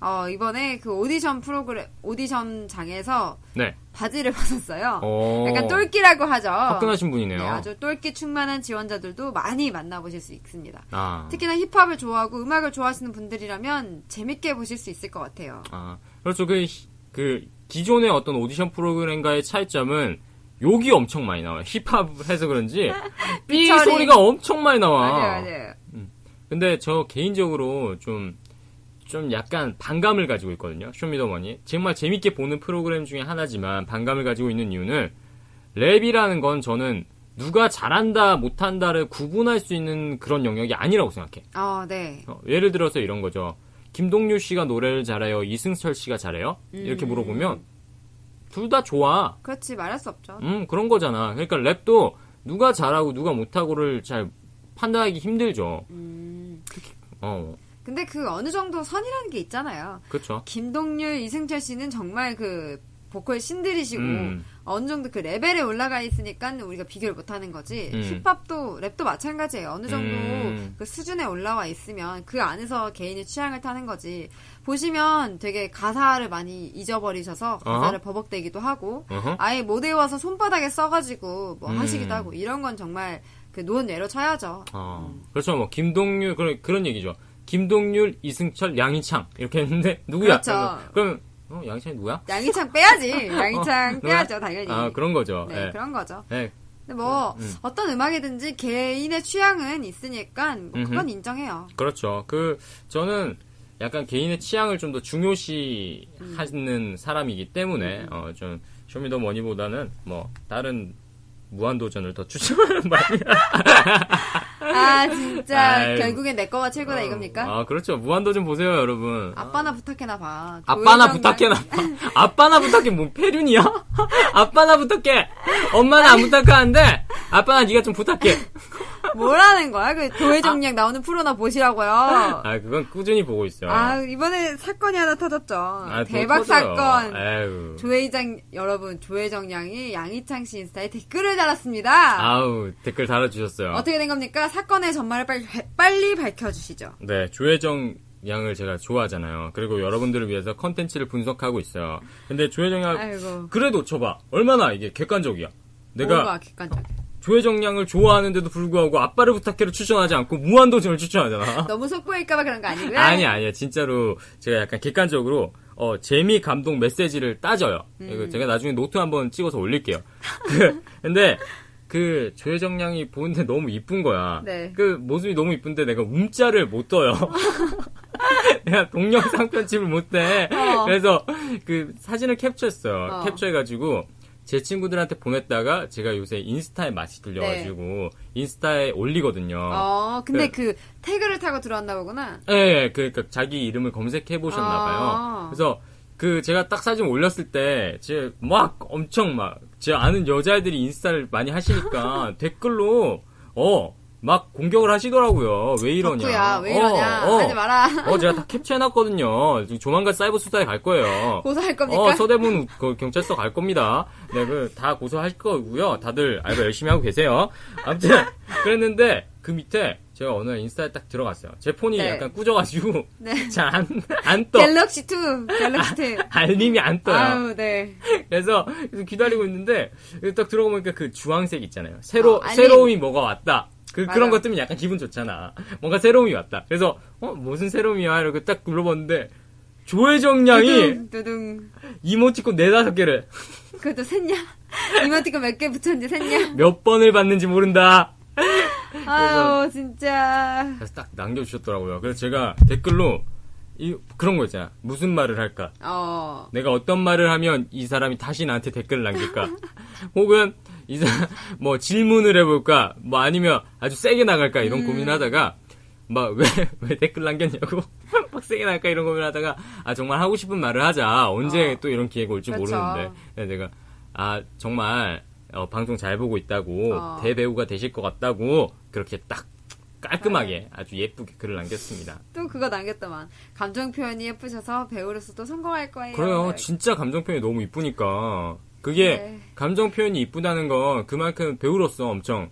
Speaker 2: 어, 이번에 그 오디션 프로그램 오디션 장에서
Speaker 1: 네.
Speaker 2: 바지를 벗었어요.
Speaker 1: 어.
Speaker 2: 약간 똘끼라고 하죠.
Speaker 1: 화끈하신 분이네요.
Speaker 2: 네, 아주 똘끼 충만한 지원자들도 많이 만나보실 수 있습니다.
Speaker 1: 아.
Speaker 2: 특히나 힙합을 좋아하고 음악을 좋아하시는 분들이라면 재밌게 보실 수 있을 것 같아요.
Speaker 1: 아, 그렇죠. 그, 히- 그, 기존의 어떤 오디션 프로그램과의 차이점은 욕이 엄청 많이 나와요. 힙합을 해서 그런지. 삐
Speaker 2: 피처링.
Speaker 1: 소리가 엄청 많이 나와.
Speaker 2: 맞아요, 맞아요.
Speaker 1: 근데 저 개인적으로 좀, 좀 약간 반감을 가지고 있거든요. 쇼미더머니. 정말 재밌게 보는 프로그램 중에 하나지만 반감을 가지고 있는 이유는 랩이라는 건 저는 누가 잘한다, 못한다를 구분할 수 있는 그런 영역이 아니라고 생각해.
Speaker 2: 어, 네.
Speaker 1: 어, 예를 들어서 이런 거죠. 김동률 씨가 노래를 잘해요? 이승철 씨가 잘해요?
Speaker 2: 음.
Speaker 1: 이렇게 물어보면 둘 다 좋아.
Speaker 2: 그렇지, 말할 수 없죠.
Speaker 1: 음, 그런 거잖아. 그러니까 랩도 누가 잘하고 누가 못하고를 잘 판단하기 힘들죠.
Speaker 2: 음.
Speaker 1: 어,
Speaker 2: 근데 그 어느 정도 선이라는 게 있잖아요.
Speaker 1: 그렇죠.
Speaker 2: 김동률, 이승철 씨는 정말 그 보컬 신들이시고
Speaker 1: 음.
Speaker 2: 어느 정도 그 레벨에 올라가 있으니까 우리가 비교를 못 하는 거지.
Speaker 1: 음.
Speaker 2: 힙합도 랩도 마찬가지예요. 어느 정도
Speaker 1: 음.
Speaker 2: 그 수준에 올라와 있으면 그 안에서 개인의 취향을 타는 거지. 보시면 되게 가사를 많이 잊어버리셔서 가사를 버벅대기도 하고
Speaker 1: 어허.
Speaker 2: 아예 못 외워서 손바닥에 써가지고 뭐
Speaker 1: 음.
Speaker 2: 하시기도 하고 이런 건 정말 그 논외로 쳐야죠.
Speaker 1: 어,
Speaker 2: 음.
Speaker 1: 그렇죠. 뭐 김동률 그런 그런 얘기죠. 김동률, 이승철, 양희창 이렇게 했는데 누구야?
Speaker 2: 그렇죠.
Speaker 1: 그럼 어, 양희창이 누구야?
Speaker 2: 양희창 빼야지. 양희창
Speaker 1: 어,
Speaker 2: 빼야죠 당연히.
Speaker 1: 아 그런 거죠.
Speaker 2: 네
Speaker 1: 예.
Speaker 2: 그런 거죠.
Speaker 1: 예.
Speaker 2: 근데 뭐
Speaker 1: 음.
Speaker 2: 어떤 음악이든지 개인의 취향은 있으니까 뭐 그건
Speaker 1: 음흠.
Speaker 2: 인정해요.
Speaker 1: 그렇죠. 그 저는 약간 개인의 취향을 좀 더 중요시하는 사람이기 때문에 어, 좀 쇼미더머니보다는 뭐 다른 무한도전을 더 추천하는 말이
Speaker 2: 아 진짜
Speaker 1: 아이고.
Speaker 2: 결국엔 내 거가 최고다 이겁니까?
Speaker 1: 아 그렇죠. 무한도전 보세요, 여러분.
Speaker 2: 아빠나 부탁해나 봐.
Speaker 1: 아빠나
Speaker 2: 조용한
Speaker 1: 부탁해나. 아빠나 부탁해 뭐 폐륜이야? 아빠나 부탁해. 엄마는 안 부탁하는데 아빠나 네가 좀 부탁해.
Speaker 2: 말- 뭐라는 거야? 그 도회정량 나오는 프로나 보시라고요.
Speaker 1: 아 그건 꾸준히 보고 있어요.
Speaker 2: 아 이번에 사건이 하나 터졌죠.
Speaker 1: 아, 또
Speaker 2: 대박
Speaker 1: 터져요. 아.
Speaker 2: 사건.
Speaker 1: 에휴.
Speaker 2: 조회장 여러분 조회정량이 양희창 씨 인스타에 댓글을 달았습니다.
Speaker 1: 아우 댓글 달아주셨어요.
Speaker 2: 어떻게 된 겁니까? 사건의 전말을 빨리, 빨리 밝혀주시죠.
Speaker 1: 네, 조혜정 양을 제가 좋아하잖아요. 그리고 여러분들을 위해서 컨텐츠를 분석하고 있어요. 근데 조혜정 양
Speaker 2: 아이고.
Speaker 1: 그래도 쳐봐 얼마나 이게 객관적이야. 내가
Speaker 2: 뭐가 객관적.
Speaker 1: 조혜정 양을 좋아하는데도 불구하고 아빠를 부탁해를 추천하지 않고 무한도전을 추천하잖아.
Speaker 2: 너무 속보일까봐 그런 거 아니고요.
Speaker 1: 아니 아니야 진짜로 제가 약간 객관적으로 어, 재미 감동 메시지를 따져요.
Speaker 2: 음.
Speaker 1: 이거 제가 나중에 노트 한번 찍어서 올릴게요. 그, 근데 그 조혜정 양이 보는데 너무 이쁜 거야.
Speaker 2: 네.
Speaker 1: 그 모습이 너무 이쁜데 내가 움짤을 못 떠요. 내가 동영상 편집을 못해.
Speaker 2: 어.
Speaker 1: 그래서 그 사진을 캡처했어요.
Speaker 2: 어.
Speaker 1: 캡처해가지고 제 친구들한테 보냈다가 제가 요새 인스타에 맛이 들려가지고 인스타에 올리거든요.
Speaker 2: 네. 어
Speaker 1: 네.
Speaker 2: 근데 그 태그를 타고 들어왔나 보구나.
Speaker 1: 예, 그러니까 자기 이름을 검색해 보셨나 봐요.
Speaker 2: 아.
Speaker 1: 그래서 그 제가 딱 사진 올렸을 때제막 엄청 막 제 아는 여자애들이 인스타를 많이 하시니까 댓글로 어 막 공격을 하시더라고요. 왜 이러냐?
Speaker 2: 덕후야 왜 이러냐
Speaker 1: 어, 어.
Speaker 2: 하지 마라
Speaker 1: 어, 제가 다 캡처해놨거든요. 지금 조만간 사이버 수사에 갈 거예요.
Speaker 2: 고소할 겁니까?
Speaker 1: 어, 서대문 그 경찰서 갈 겁니다. 네, 그 다 고소할 거고요. 다들 알바 열심히 하고 계세요. 아무튼 그랬는데 그 밑에 제가 어느 날 인스타에 딱 들어갔어요. 제 폰이
Speaker 2: 네.
Speaker 1: 약간 꾸져가지고
Speaker 2: 네.
Speaker 1: 잘 안 안 떠.
Speaker 2: 갤럭시 2, 갤럭시 2.
Speaker 1: 알림이 안 떠요.
Speaker 2: 아우, 네.
Speaker 1: 그래서 계속 기다리고 있는데 딱 들어가 보니까 그 주황색 있잖아요. 새로
Speaker 2: 어, 알림.
Speaker 1: 새로움이 뭐가 왔다. 그,
Speaker 2: 맞아.
Speaker 1: 그런 것 뜨면 약간 기분 좋잖아. 뭔가 새로움이 왔다. 그래서 어 무슨 새로움이야? 이러고 딱 눌러봤는데 조혜정 양이
Speaker 2: 두둥, 두둥.
Speaker 1: 이모티콘 네다섯 개를
Speaker 2: 그것도 샜냐? 이모티콘 몇 개 붙였는지 샜냐?
Speaker 1: 몇 번을 봤는지 모른다.
Speaker 2: 아유, 진짜.
Speaker 1: 그래서 딱 남겨주셨더라고요. 그래서 제가 댓글로 이 그런 거 있잖아. 무슨 말을 할까?
Speaker 2: 어.
Speaker 1: 내가 어떤 말을 하면 이 사람이 다시 나한테 댓글을 남길까? 혹은 이사 뭐 질문을 해볼까? 뭐 아니면 아주 세게 나갈까 이런
Speaker 2: 음.
Speaker 1: 고민하다가 막 왜 왜 댓글 남겼냐고 막 세게 나갈까 이런 고민하다가 아 정말 하고 싶은 말을 하자 언제 또 이런 기회가 올지
Speaker 2: 어. 그쵸.
Speaker 1: 모르는데 그래서 제가 아 정말 어, 방송 잘 보고 있다고
Speaker 2: 어.
Speaker 1: 대배우가 되실 것 같다고 그렇게 딱
Speaker 2: 네.
Speaker 1: 깔끔하게 아주 예쁘게 글을 남겼습니다.
Speaker 2: 또 그거 남겼더만. 감정 표현이 예쁘셔서 배우로서도 성공할 거예요.
Speaker 1: 그래요.
Speaker 2: 네.
Speaker 1: 진짜 감정 표현이 너무 이쁘니까. 그게
Speaker 2: 네.
Speaker 1: 감정 표현이 이쁘다는 건 그만큼 배우로서 엄청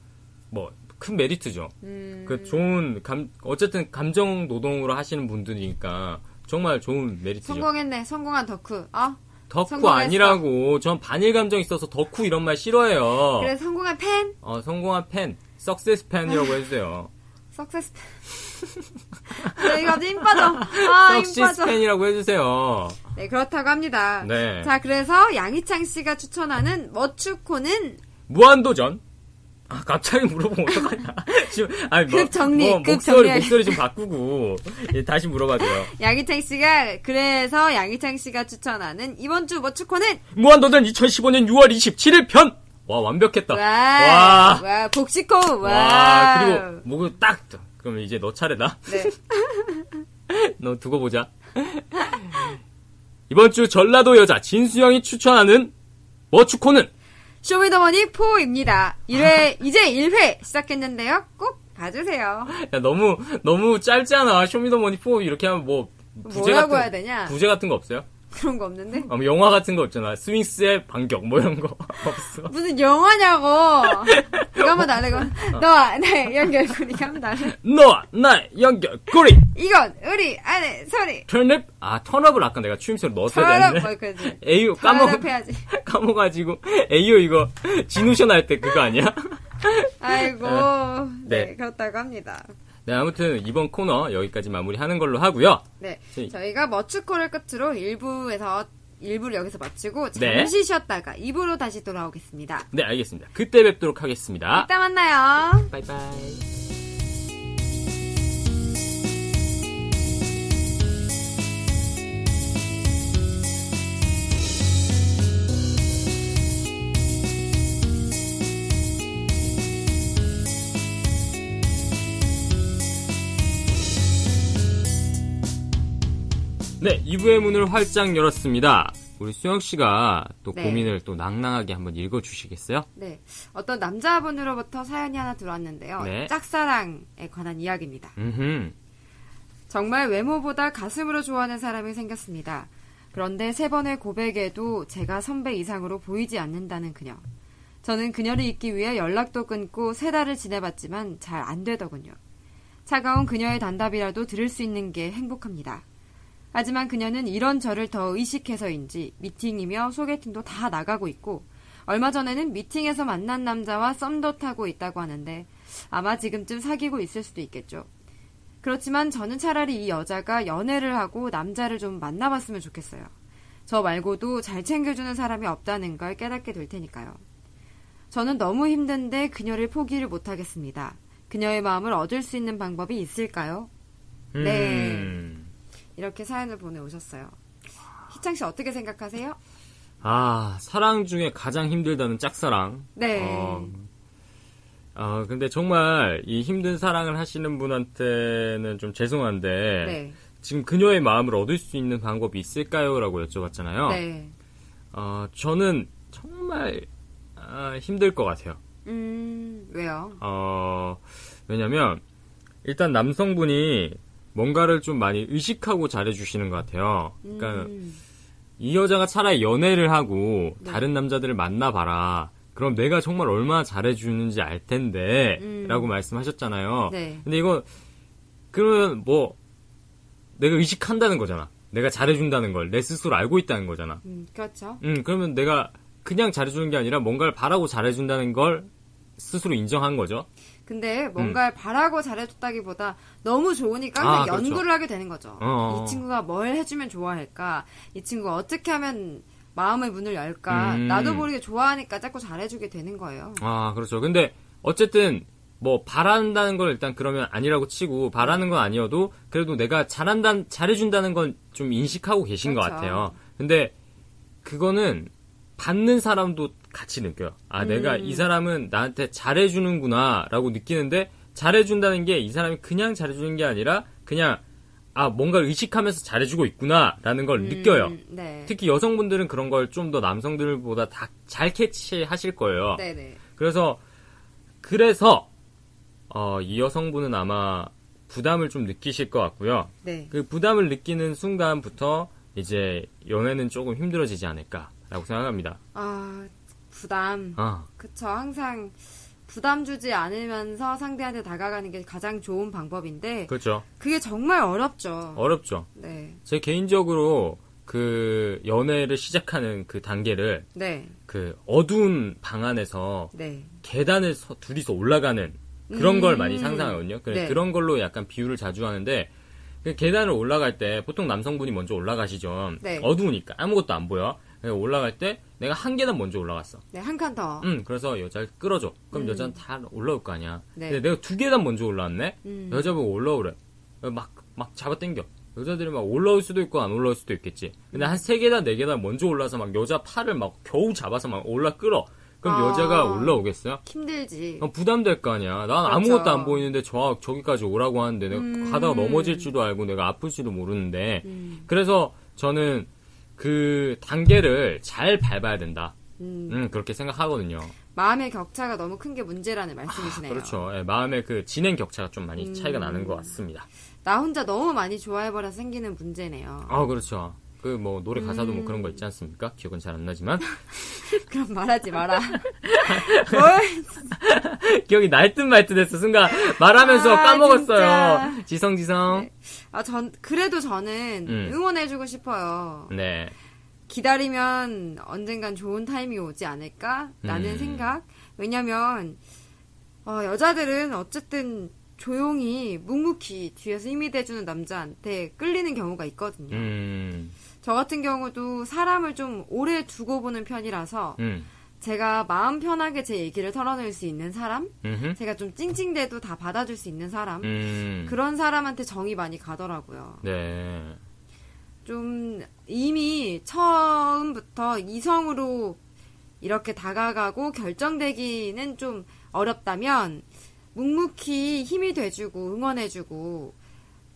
Speaker 1: 뭐 큰 메리트죠.
Speaker 2: 음,
Speaker 1: 그 좋은 감 어쨌든 감정 노동으로 하시는 분들이니까 정말 좋은 메리트죠.
Speaker 2: 성공했네. 성공한 덕후. 어?
Speaker 1: 덕후
Speaker 2: 성공했어.
Speaker 1: 아니라고. 전 반일 감정 있어서 덕후 이런 말 싫어해요.
Speaker 2: 그래, 성공한 팬?
Speaker 1: 어, 성공한 팬, 석세스 팬이라고 해주세요.
Speaker 2: 석세스 팬. 네, 이거 갑자기 힘 빠져. 아, 힘
Speaker 1: 석시스
Speaker 2: 빠져.
Speaker 1: 팬이라고 해주세요.
Speaker 2: 네, 그렇다고 합니다.
Speaker 1: 네.
Speaker 2: 자, 그래서 양희창 씨가 추천하는 머추코는
Speaker 1: 무한도전? 아, 갑자기 물어보면 어떡하냐. 지금, 아니, 뭐,
Speaker 2: 급 정리,
Speaker 1: 뭐,
Speaker 2: 급
Speaker 1: 목소리,
Speaker 2: 정리.
Speaker 1: 목소리 좀 바꾸고. 예, 다시 물어봐줘요.
Speaker 2: 양희창 씨가 그래서 양희창 씨가 추천하는 이번 주 머추코는
Speaker 1: 무한도전 2015년 6월 27일 편! 와, 완벽했다.
Speaker 2: 와,
Speaker 1: 와.
Speaker 2: 와, 복식코 와.
Speaker 1: 와, 그리고, 목을 딱, 그럼 이제 너 차례다.
Speaker 2: 네.
Speaker 1: 너 두고 보자. 이번 주 전라도 여자 진수영이 추천하는 머추코는
Speaker 2: 쇼미더머니 4입니다. 1회 이제 1회 시작했는데요. 꼭 봐주세요.
Speaker 1: 야, 너무 너무 짧지 않아 쇼미더머니 4 이렇게 하면 뭐 부재
Speaker 2: 뭐라고
Speaker 1: 같은
Speaker 2: 해야 되냐?
Speaker 1: 부재 같은 거 없어요?
Speaker 2: 그런 거 없는데
Speaker 1: 아, 뭐 영화 같은 거 없잖아. 스윙스의 반격 뭐 이런 거 없어.
Speaker 2: 무슨 영화냐고. 이거 한번 달래고.
Speaker 1: 어.
Speaker 2: 너와 내 연결고리 한번 달래.
Speaker 1: 너와 나의 연결 꼬리
Speaker 2: 이건 우리 아내 소리.
Speaker 1: 턴업 아 턴업을 아까 내가 추임새로 넣었어야
Speaker 2: 서럽 뭐
Speaker 1: 되는데.
Speaker 2: 그지.
Speaker 1: 에이오 까먹
Speaker 2: 까먹 해야지.
Speaker 1: 까먹어가지고 에이오 이거 진우션 할 때 그거 아니야?
Speaker 2: 아이고.
Speaker 1: 네.
Speaker 2: 네. 그렇다고 합니다.
Speaker 1: 네 아무튼 이번 코너 여기까지 마무리하는 걸로 하고요.
Speaker 2: 네.
Speaker 1: 네.
Speaker 2: 저희가 머추코를 끝으로 1부에서 1부를 여기서 마치고
Speaker 1: 네.
Speaker 2: 잠시 쉬었다가 2부로 다시 돌아오겠습니다.
Speaker 1: 네 알겠습니다. 그때 뵙도록 하겠습니다.
Speaker 2: 이따 만나요.
Speaker 1: 바이바이. 네, 2부의 문을 활짝 열었습니다. 우리 수영 씨가 또
Speaker 2: 네.
Speaker 1: 고민을 또 낭낭하게 한번 읽어 주시겠어요?
Speaker 2: 네. 어떤 남자분으로부터 사연이 하나 들어왔는데요.
Speaker 1: 네.
Speaker 2: 짝사랑에 관한 이야기입니다.
Speaker 1: 음.
Speaker 2: 정말 외모보다 가슴으로 좋아하는 사람이 생겼습니다. 그런데 세 번의 고백에도 제가 선배 이상으로 보이지 않는다는 그녀. 저는 그녀를 잊기 위해 연락도 끊고 세 달을 지내봤지만 잘 안 되더군요. 차가운 그녀의 단답이라도 들을 수 있는 게 행복합니다. 하지만 그녀는 이런 저를 더 의식해서인지 미팅이며 소개팅도 다 나가고 있고 얼마 전에는 미팅에서 만난 남자와 썸도 타고 있다고 하는데 아마 지금쯤 사귀고 있을 수도 있겠죠. 그렇지만 저는 차라리 이 여자가 연애를 하고 남자를 좀 만나봤으면 좋겠어요. 저 말고도 잘 챙겨주는 사람이 없다는 걸 깨닫게 될 테니까요. 저는 너무 힘든데 그녀를 포기를 못하겠습니다. 그녀의 마음을 얻을 수 있는 방법이 있을까요? 네.
Speaker 1: 음.
Speaker 2: 이렇게 사연을 보내오셨어요. 희창 씨 어떻게 생각하세요?
Speaker 1: 아, 사랑 중에 가장 힘들다는 짝사랑.
Speaker 2: 네.
Speaker 1: 어, 아, 근데 정말 이 힘든 사랑을 하시는 분한테는 좀 죄송한데
Speaker 2: 네.
Speaker 1: 지금 그녀의 마음을 얻을 수 있는 방법이 있을까요?라고 여쭤봤잖아요.
Speaker 2: 네.
Speaker 1: 어, 저는 정말 아, 힘들 것 같아요.
Speaker 2: 음, 왜요?
Speaker 1: 어, 왜냐면 일단 남성분이 뭔가를 좀 많이 의식하고 잘해주시는 것 같아요. 그러니까
Speaker 2: 음,
Speaker 1: 이 여자가 차라리 연애를 하고
Speaker 2: 네.
Speaker 1: 다른 남자들을 만나봐라. 그럼 내가 정말 얼마나 잘해주는지 알 텐데,
Speaker 2: 음.
Speaker 1: 라고 말씀하셨잖아요.
Speaker 2: 네.
Speaker 1: 근데 이건, 그러면 뭐, 내가 의식한다는 거잖아. 내가 잘해준다는 걸, 내 스스로 알고 있다는 거잖아.
Speaker 2: 음, 그렇죠.
Speaker 1: 음, 그러면 내가 그냥 잘해주는 게 아니라 뭔가를 바라고 잘해준다는 걸 스스로 인정한 거죠.
Speaker 2: 근데
Speaker 1: 음.
Speaker 2: 뭔가를 바라고 잘해줬다기보다 너무 좋으니까 항상
Speaker 1: 아, 그렇죠.
Speaker 2: 연구를 하게 되는 거죠.
Speaker 1: 어어.
Speaker 2: 이 친구가 뭘 해주면 좋아할까? 이 친구가 어떻게 하면 마음의 문을 열까?
Speaker 1: 음.
Speaker 2: 나도 모르게 좋아하니까 자꾸 잘해주게 되는 거예요.
Speaker 1: 아, 그렇죠. 근데 어쨌든 뭐 바란다는 걸 일단 그러면 아니라고 치고 바라는 건 아니어도 그래도 내가 잘한다 잘해준다는 건 좀 인식하고 계신
Speaker 2: 그렇죠.
Speaker 1: 것 같아요. 근데 그거는 받는 사람도 같이 느껴요. 아, 내가
Speaker 2: 음.
Speaker 1: 이 사람은 나한테 잘해주는구나라고 느끼는데 잘해준다는 게 이 사람이 그냥 잘해주는 게 아니라 그냥 아 뭔가 를 의식하면서 잘해주고 있구나라는 걸 느껴요.
Speaker 2: 음, 네.
Speaker 1: 특히 여성분들은 그런 걸 좀 더 남성들보다 다 잘 캐치하실 거예요.
Speaker 2: 네네.
Speaker 1: 그래서 그래서 어, 이 여성분은 아마 부담을 좀 느끼실 것 같고요.
Speaker 2: 네.
Speaker 1: 그 부담을 느끼는 순간부터 이제 연애는 조금 힘들어지지 않을까라고 생각합니다.
Speaker 2: 아, 부담.
Speaker 1: 아,
Speaker 2: 그쵸. 항상 부담 주지 않으면서 상대한테 다가가는 게 가장 좋은 방법인데
Speaker 1: 그렇죠.
Speaker 2: 그게 정말 어렵죠.
Speaker 1: 어렵죠.
Speaker 2: 네.
Speaker 1: 제 개인적으로 그 연애를 시작하는 그 단계를
Speaker 2: 네.
Speaker 1: 그 어두운 방 안에서
Speaker 2: 네.
Speaker 1: 계단을 서- 둘이서 올라가는 그런 걸
Speaker 2: 음.
Speaker 1: 많이 상상하거든요. 그래,
Speaker 2: 네.
Speaker 1: 그런 걸로 약간 비유를 자주 하는데 그 계단을 올라갈 때 보통 남성분이 먼저 올라가시죠.
Speaker 2: 네.
Speaker 1: 어두우니까 아무것도 안 보여. 그래서 올라갈 때 내가 한 계단 먼저 올라갔어.
Speaker 2: 네, 한 칸 더.
Speaker 1: 음, 그래서 여자를 끌어줘. 그럼 여자는 다 올라올 거 아니야.
Speaker 2: 음. 네.
Speaker 1: 근데 내가 두 계단 먼저 올라왔네.
Speaker 2: 음.
Speaker 1: 여자보고 올라오래. 막 막 잡아당겨. 여자들이 막 올라올 수도 있고 안 올라올 수도 있겠지.
Speaker 2: 음.
Speaker 1: 근데 한 세 계단 네 계단 먼저 올라서 막 여자 팔을 막 겨우 잡아서 막 올라 끌어. 그럼
Speaker 2: 아.
Speaker 1: 여자가 올라오겠어요?
Speaker 2: 힘들지.
Speaker 1: 어, 부담될 거 아니야. 난 아무것도 안 보이는데 저 저기까지 오라고 하는데 내가
Speaker 2: 음.
Speaker 1: 가다가 넘어질 줄도 알고 내가 아플지도 모르는데. 그래서 저는 그 단계를 잘 밟아야 된다.
Speaker 2: 음.
Speaker 1: 음, 그렇게 생각하거든요.
Speaker 2: 마음의 격차가 너무 큰 게 문제라는 말씀이시네요. 음.
Speaker 1: 그렇죠. 예, 마음의 그 진행 격차가 좀 많이 차이가 나는 것 같습니다.
Speaker 2: 나 혼자 너무 많이 좋아해버려 생기는 문제네요.
Speaker 1: 아, 그렇죠. 그 뭐 노래 가사도
Speaker 2: 음.
Speaker 1: 뭐 그런 거 있지 않습니까? 기억은 잘 안 나지만
Speaker 2: 그럼 말하지 마라. 뭘?
Speaker 1: 기억이 날 듯 말 듯 했어 순간 말하면서
Speaker 2: 아,
Speaker 1: 까먹었어요.
Speaker 2: 진짜.
Speaker 1: 지성 지성.
Speaker 2: 아, 전, 그래도 저는
Speaker 1: 음.
Speaker 2: 응원해주고 싶어요.
Speaker 1: 네.
Speaker 2: 기다리면 언젠간 좋은 타이밍이 오지 않을까라는
Speaker 1: 음.
Speaker 2: 생각. 왜냐면 어, 여자들은 어쨌든 조용히 묵묵히 뒤에서 힘이 돼주는 남자한테 끌리는 경우가 있거든요.
Speaker 1: 음.
Speaker 2: 저 같은 경우도 사람을 좀 오래 두고 보는 편이라서
Speaker 1: 음.
Speaker 2: 제가 마음 편하게 제 얘기를 털어낼 수 있는 사람,
Speaker 1: 음.
Speaker 2: 제가 좀 찡찡대도 다 받아줄 수 있는 사람
Speaker 1: 음.
Speaker 2: 그런 사람한테 정이 많이 가더라고요.
Speaker 1: 네.
Speaker 2: 좀 이미 처음부터 이성으로 이렇게 다가가고 결정되기는 좀 어렵다면 묵묵히 힘이 돼주고 응원해주고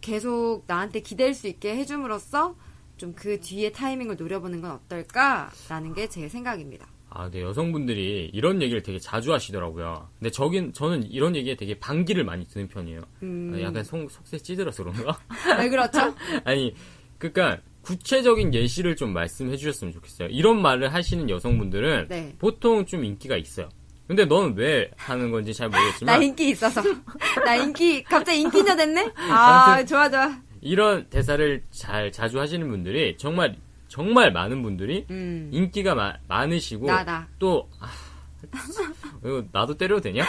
Speaker 2: 계속 나한테 기댈 수 있게 해줌으로써 좀 그 뒤에 타이밍을 노려보는 건 어떨까라는 게 제 생각입니다.
Speaker 1: 아, 근데 여성분들이 이런 얘기를 되게 자주 하시더라고요. 근데 저긴, 저는 이런 얘기에 되게 반기를 많이 드는 편이에요. 아,
Speaker 2: 음.
Speaker 1: 약간 속, 속세 찌들어서 그런가?
Speaker 2: 왜 그렇죠?
Speaker 1: 아니, 그니까, 구체적인 예시를 좀 말씀해 주셨으면 좋겠어요. 이런 말을 하시는 여성분들은
Speaker 2: 네.
Speaker 1: 보통 좀 인기가 있어요. 근데 넌 왜 하는 건지 잘
Speaker 2: 나
Speaker 1: 모르겠지만,
Speaker 2: 인기 있어서. 나 인기, 갑자기 인기녀 됐네? 아, 좋아, 좋아.
Speaker 1: 이런 대사를 잘, 자주 하시는 분들이 정말, 정말 많은 분들이
Speaker 2: 음.
Speaker 1: 인기가 마- 많으시고,
Speaker 2: 나, 나.
Speaker 1: 또, 아, 이거 나도 때려도 되냐?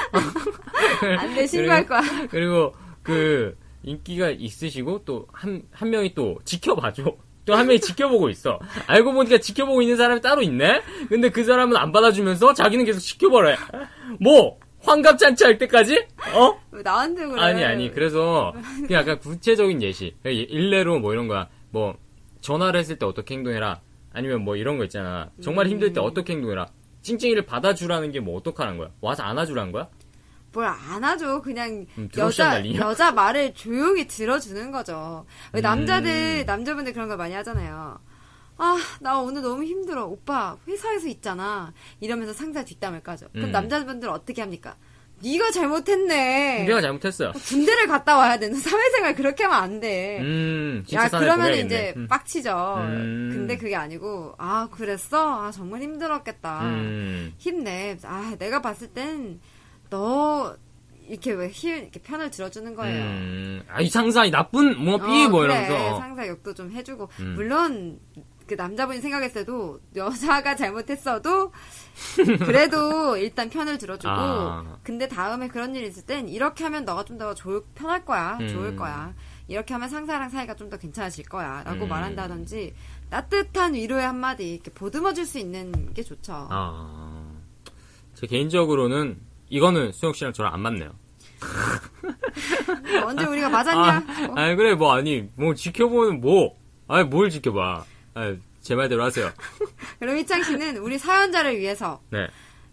Speaker 2: 안 돼, 신고할 거야.
Speaker 1: 그리고 그 인기가 있으시고 또 한 한 명이 또 지켜봐줘. 또 한 명이 지켜보고 있어. 알고 보니까 지켜보고 있는 사람이 따로 있네. 근데 그 사람은 안 받아주면서 자기는 계속 지켜보래. 뭐 환갑잔치 할 때까지? 어?
Speaker 2: 왜 나한테 그래?
Speaker 1: 아니 아니. 그래서 그냥 약간 구체적인 예시. 일례로 뭐 이런 거야. 뭐 전화를 했을 때 어떻게 행동해라. 아니면 뭐 이런 거 있잖아. 정말 힘들 때 어떻게 행동해라. 찡찡이를 받아주라는 게 뭐 어떡하라는 거야? 와서 안아주라는 거야?
Speaker 2: 뭘 안아줘. 그냥
Speaker 1: 음, 드럼샷
Speaker 2: 여자
Speaker 1: 날리냐?
Speaker 2: 여자 말을 조용히 들어주는 거죠.
Speaker 1: 음.
Speaker 2: 왜 남자들 남자분들 그런 걸 많이 하잖아요. 아, 나 오늘 너무 힘들어. 오빠, 회사에서 있잖아. 이러면서 상사 뒷담을 까죠. 그럼
Speaker 1: 음.
Speaker 2: 남자분들 어떻게 합니까? 네가 잘못했네.
Speaker 1: 내가 잘못했어요.
Speaker 2: 군대를 갔다 와야 되는 사회생활 그렇게 하면 안 돼.
Speaker 1: 음, 진짜
Speaker 2: 야
Speaker 1: 사나이
Speaker 2: 아, 그러면
Speaker 1: 보내야겠네.
Speaker 2: 이제
Speaker 1: 음.
Speaker 2: 빡치죠.
Speaker 1: 음.
Speaker 2: 근데 그게 아니고 아 그랬어? 아 정말 힘들었겠다.
Speaker 1: 음.
Speaker 2: 힘내. 아 내가 봤을 땐 너 이렇게 왜힐 이렇게 편을 들어주는 거예요.
Speaker 1: 음. 아, 이 상사, 이 나쁜, 뭐, 삐,
Speaker 2: 어,
Speaker 1: 뭐,
Speaker 2: 그래.
Speaker 1: 이러면서.
Speaker 2: 상사 욕도 좀 해주고
Speaker 1: 음.
Speaker 2: 물론 그 남자분이 생각했을 때도 여자가 잘못했어도 그래도 일단 편을 들어주고
Speaker 1: 아.
Speaker 2: 근데 다음에 그런 일 있을 땐 이렇게 하면 너가 좀 더 편할 거야
Speaker 1: 음.
Speaker 2: 좋을 거야 이렇게 하면 상사랑 사이가 좀 더 괜찮아질 거야라고
Speaker 1: 음.
Speaker 2: 말한다든지 따뜻한 위로의 한마디 이렇게 보듬어줄 수 있는 게 좋죠.
Speaker 1: 아. 제 개인적으로는, 이거는 수영 씨랑 저랑 안 맞네요.
Speaker 2: 뭐 언제 우리가
Speaker 1: 아,
Speaker 2: 맞았냐? 어,
Speaker 1: 아니, 그래, 뭐, 아니, 뭐, 지켜보는, 뭐. 아니, 뭘 지켜봐. 아니, 제 말대로 하세요.
Speaker 2: 그럼 희창 씨는 우리 사연자를 위해서
Speaker 1: 네.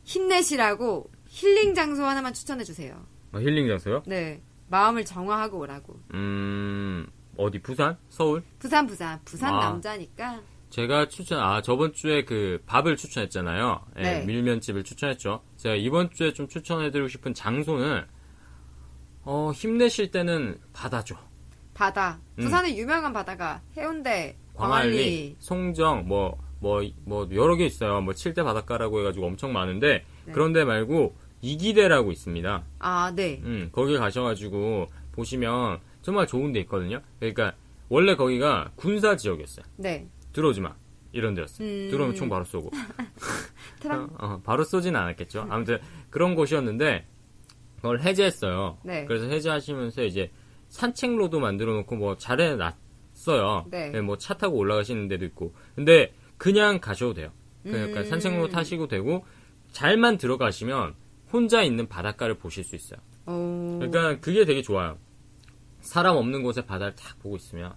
Speaker 2: 힘내시라고 힐링 장소 하나만 추천해 주세요.
Speaker 1: 뭐 힐링 장소요?
Speaker 2: 네. 마음을 정화하고 오라고.
Speaker 1: 음, 어디, 부산? 서울?
Speaker 2: 부산, 부산. 부산
Speaker 1: 아.
Speaker 2: 남자니까.
Speaker 1: 제가 추천, 아, 저번 주에 그 밥을 추천했잖아요. 예,
Speaker 2: 네.
Speaker 1: 밀면집을 추천했죠. 제가 이번 주에 좀 추천해드리고 싶은 장소는, 어, 힘내실 때는 바다죠.
Speaker 2: 바다.
Speaker 1: 음.
Speaker 2: 부산의 유명한 바다가 해운대,
Speaker 1: 광안리,
Speaker 2: 광안리.
Speaker 1: 송정, 뭐, 뭐, 뭐, 여러 개 있어요. 뭐, 칠대 바닷가라고 해가지고 엄청 많은데,
Speaker 2: 네.
Speaker 1: 그런데 말고, 이기대라고 있습니다.
Speaker 2: 아, 네.
Speaker 1: 음, 거기 가셔가지고, 보시면 정말 좋은 데 있거든요. 그러니까, 원래 거기가 군사 지역이었어요.
Speaker 2: 네.
Speaker 1: 들어오지 마. 이런 데였어요.
Speaker 2: 음.
Speaker 1: 들어오면 총 바로 쏘고.
Speaker 2: 트랑.
Speaker 1: 어, 어, 바로 쏘진 않았겠죠. 아무튼 그런 곳이었는데 그걸 해제했어요.
Speaker 2: 네.
Speaker 1: 그래서 해제하시면서 이제 산책로도 만들어 놓고 뭐 잘해놨어요.
Speaker 2: 네.
Speaker 1: 뭐 차 타고 올라가시는 데도 있고. 근데 그냥 가셔도 돼요. 그러니까
Speaker 2: 음.
Speaker 1: 산책로 타시고 되고 잘만 들어가시면 혼자 있는 바닷가를 보실 수 있어요.
Speaker 2: 오.
Speaker 1: 그러니까 그게 되게 좋아요. 사람 없는 곳에 바다를 탁 보고 있으면